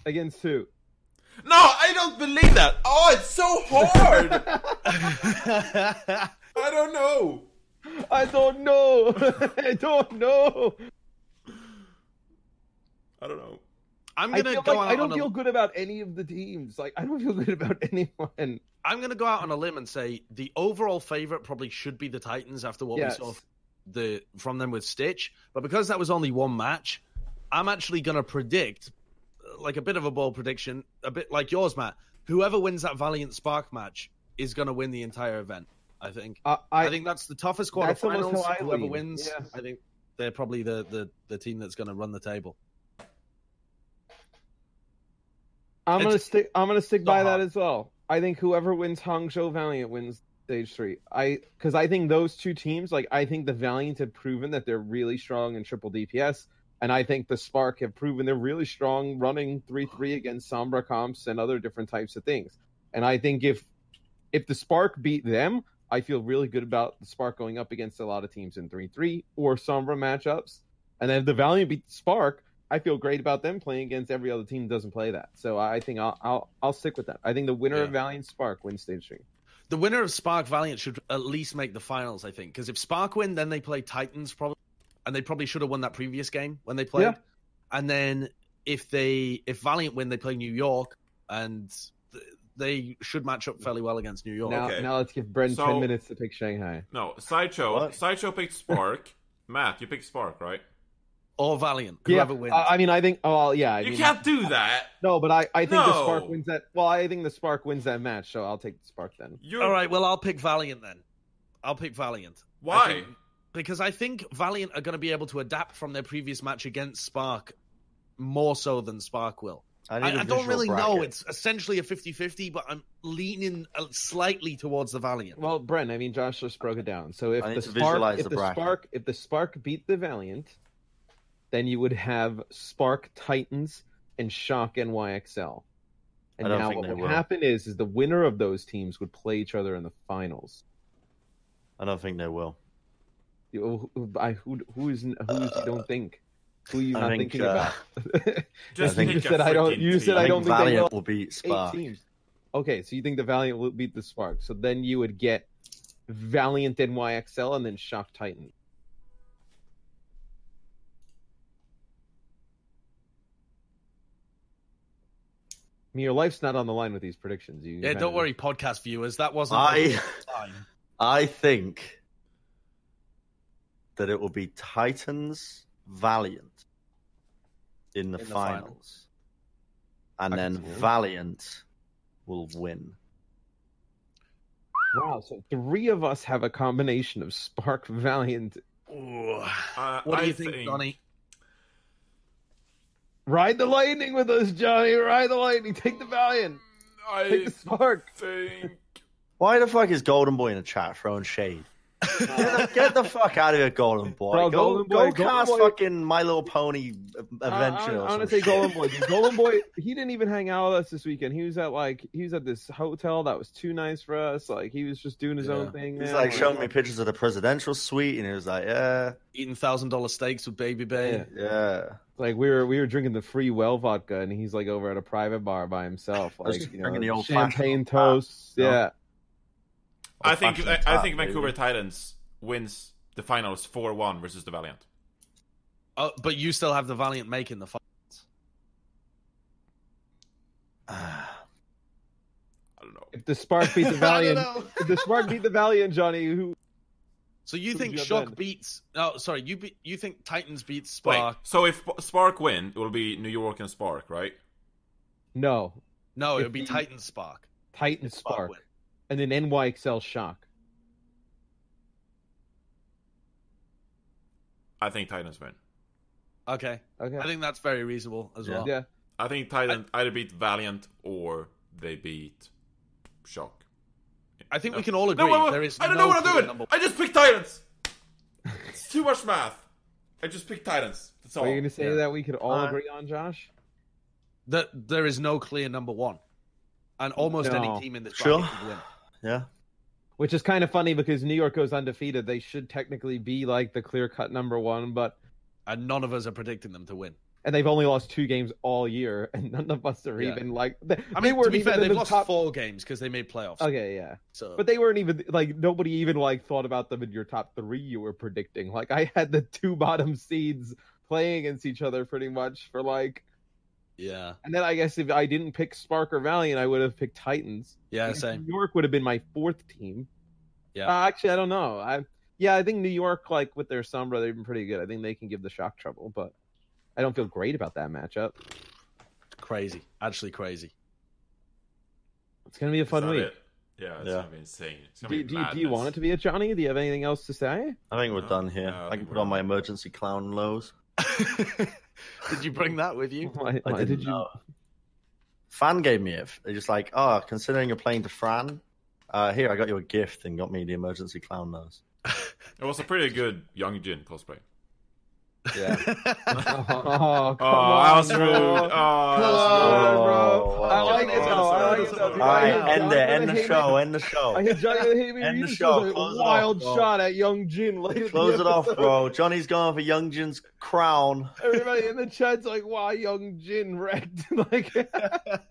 B: against who?
A: No, I don't believe that. Oh, it's so hard. I don't know.
B: I don't know. I don't know.
A: I don't know.
D: I'm
B: I
D: gonna
B: feel
D: go
B: like
D: out
B: I don't
D: on
B: feel
D: a,
B: good about any of the teams. Like I don't feel good about anyone.
D: I'm gonna go out on a limb and say the overall favorite probably should be the Titans after what
B: Yes.
D: we saw the from them with Stitch, but because that was only one match, I'm actually gonna predict, uh, like a bit of a bold prediction, a bit like yours, Matt. Whoever wins that Valiant Spark match is gonna win the entire event. I think.
B: I,
D: I,
B: I,
D: think that's the toughest
B: That's almost
D: quarterfinals.
B: how I
D: Whoever
B: lean.
D: wins,
B: Yeah.
D: I think they're probably the the, the team that's gonna run the table.
B: I'm gonna
D: it's-
B: stick. I'm gonna stick
D: so
B: by that
D: hard.
B: as well. I think whoever wins Hangzhou Valiant wins stage three. I because I think those two teams, like I think the Valiant have proven that they're really strong in triple DPS, and I think the Spark have proven they're really strong running three three against Sombra comps and other different types of things. And I think if if the Spark beat them, I feel really good about the Spark going up against a lot of teams in three three or Sombra matchups. And then if the Valiant beat the Spark, I feel great about them playing against every other team that doesn't play that. So I I think I'll I'll, I'll stick with that. I think the winner of
D: Yeah.
B: Valiant Spark wins stage three.
D: The winner of Spark Valiant should at least make the finals, I think, because if Spark win, then they play Titans probably, and they probably should have won that previous game when they played.
B: Yeah.
D: And then if they if Valiant win, they play New York, and th- they should match up fairly well against New York.
B: Now
A: Oh, okay.
B: now let's give Bren
A: So-
B: ten minutes to pick Shanghai.
A: No, sideshow.
C: What?
A: Sideshow picked Spark. Matt, you picked Spark, right?
D: Or Valiant, whoever
B: yeah,
D: wins.
B: I, I mean, I think. Oh, yeah. I
A: you
B: mean,
A: can't do that.
B: No, but I, I think the Spark
A: No.
B: wins that. Well, I think the Spark wins that match, so I'll take the Spark then.
A: You're
D: All right, well I'll pick Valiant then. I'll pick Valiant.
A: Why?
D: think- because I think Valiant are going to be able to adapt from their previous match against Spark more so than Spark will.
C: I, need
D: I,
C: a
D: I don't
C: visual
D: really know.
C: bracket.
D: It's essentially a 50 50, but I'm leaning uh, slightly towards the Valiant.
B: Well, Brent, I mean, Josh just broke it down. So if
C: I need
B: the
C: to
B: spark,
C: visualize
B: if
C: the
B: the
C: bracket.
B: spark, if the spark beat the Valiant, then you would have Spark Titans and Shock NYXL. And
C: I don't
B: now
C: think
B: what
C: they
B: would
C: will.
B: happen is, is the winner of those teams would play each other in the finals.
C: I don't think they will.
B: You- who- I who who is who is you don't think? Who you
C: Uh, I
B: not
C: think,
B: thinking
C: uh,
B: about?
A: Just
C: I think-
A: pick
B: You
A: a
B: said I don't-
A: freaking
B: you said
A: team.
B: I don't
C: I don't
B: think they
C: Valiant
B: will.
C: will beat
B: Eight
C: Spark.
B: teams. Okay, so you think the Valiant will beat the Spark? So then you would get Valiant NYXL and then Shock Titan. I mean, your life's not on the line with these predictions. You
D: Yeah,
B: kinda-
D: don't worry, podcast viewers. That wasn't
C: I
D: time.
C: I think that it will be Titans Valiant in the,
D: In the
C: finals.
D: finals.
C: And
B: I can
C: then
B: see it.
C: Valiant will win.
B: Wow, so three of us have a combination of Spark, Valiant.
D: Ooh.
A: Uh,
D: What do
A: I
D: you think, Donny?
B: Ride the lightning with us, Johnny. Ride the lightning. Take the Valiant. Take
A: I
B: the Spark.
A: think
C: Why the fuck is Golden Boy in the chat throwing shade? Get the- Get the fuck out of here, Golden Boy.
B: Bro,
C: go
B: Golden
C: go
B: Boy- Golden
C: cast
B: Boy-
C: fucking My Little Pony
B: I,
C: adventure. or
B: I, I
C: some
B: want to say
C: shit.
B: Golden Boy. 'cause Golden Boy, he didn't even hang out with us this weekend. He was at like he was at this hotel that was too nice for us. Like he was just doing his
D: Yeah.
B: own thing.
C: He's
B: man.
C: like showing me pictures of the presidential suite, and he was like, "Yeah,
D: Eating thousand dollar steaks with Baby Bay.
C: yeah."
B: Like we were we were drinking the free well vodka, and he's like over at a private bar by himself,
C: was
B: like
C: just
B: you know,
C: drinking the old-fashioned
B: champagne
C: old tap,
B: toasts.
C: you know?
B: Yeah,
A: I think
C: Old-fashioned
A: I, I
C: top,
A: think
C: baby.
A: Vancouver Titans wins the finals four one versus the Valiant.
D: Oh, but you still have the Valiant making the final.
A: I don't know.
B: if the spark beat the valiant, if the spark beat the valiant, Johnny. Who
D: So you
B: Who
D: think
B: would you have
D: Shock
B: then?
D: beats? Oh, sorry. You be, you think Titans beats
A: Wait,
D: Spark?
A: so if Sp- Spark win, it will be New York and Spark, right?
B: no
D: No, it
B: If
D: would be
B: the-
D: Titans Spark.
B: Titan
D: Spark
B: spark,
D: win.
B: and then NYXL shock.
A: I think Titans win.
D: Okay,
B: Okay,
D: I think that's very reasonable as
C: Yeah.
D: well.
B: yeah.
A: I think Titan either beat Valiant or they beat Shock.
D: I think we can all agree
A: No, wait, wait,
D: there is.
A: I don't
D: no
A: know what
D: clear
A: I'm doing.
D: number one.
A: I just picked Titans. it's too much math. I just picked Titans. That's all.
B: Are you gonna say
C: yeah.
B: that we could all
C: Uh,
B: agree on Josh?
D: That there is no clear number one, and almost any
B: No.
D: team in this
C: Sure.
D: bracket could win.
C: yeah.
B: Which is kind of funny because New York goes undefeated. They should technically be like the clear cut number one, but
D: and none of us are predicting them to win.
B: and they've only lost two games all year, and none of us are
D: Yeah.
B: even like. They,
D: I
B: they
D: mean, to
B: weren't
D: be
B: even
D: fair,
B: in
D: they've
B: the
D: lost
B: top-
D: four games because they made playoffs.
B: Okay, yeah,
D: So,
B: but they weren't even like nobody even like thought about them in your top three. You were predicting like I had the two bottom seeds playing against each other pretty much for like.
D: yeah,
B: And then I guess if I didn't pick Spark or Valiant, I would have picked Titans.
D: yeah,
B: Because
D: same.
B: New York would have been my fourth team.
D: Yeah.
B: Uh, actually, I don't know. I yeah, I think New York, like with their Sombra, they've been pretty good. I think they can give the shock trouble, but I don't feel great about that matchup.
D: Crazy, actually crazy.
B: It's gonna be a
A: Is
B: fun
A: that
B: week.
A: it? Yeah, it's
C: Yeah.
A: gonna be insane. It's gonna
B: Do,
A: be
B: do, do you want it to be a Johnny? Do you have anything else to say?
C: I think we're
A: No.
C: done here.
A: No, I
C: I can
A: think
C: put
A: we're
C: on my
A: done.
C: emergency clown lows.
D: Did you bring that with you?
B: Why,
C: I
B: why
C: didn't
B: did you?
C: know. Fan gave me it. They're just like, oh, considering you're playing to Fran, uh, here I got you a gift and got me the emergency clown nose.
A: It was a pretty good Young Jin cosplay.
C: Yeah.
B: Oh, oh,
A: Oh,
B: come
A: I was
B: on,
A: rude.
B: bro.
A: Oh,
B: Come
A: that's rude.
B: on, bro. I
C: Oh,
B: like it
A: wow.
B: though. I like it
A: All
B: though.
C: All
B: dude.
A: right,
B: I
C: right,
B: hit Johnny
C: end it.
B: with a
C: End the
B: haymaker.
C: show. End the show.
B: I hit Johnny with a haymaker.
C: End
B: You
C: the
B: just
C: show.
B: took a
C: Close it off,
B: wild
C: bro.
B: shot at Young Jin. late in the
C: Close it off,
B: episode.
C: bro. Johnny's going for Young Jin's crown.
B: Everybody in the chat's like, "Wow, Young Jin wrecked!" like,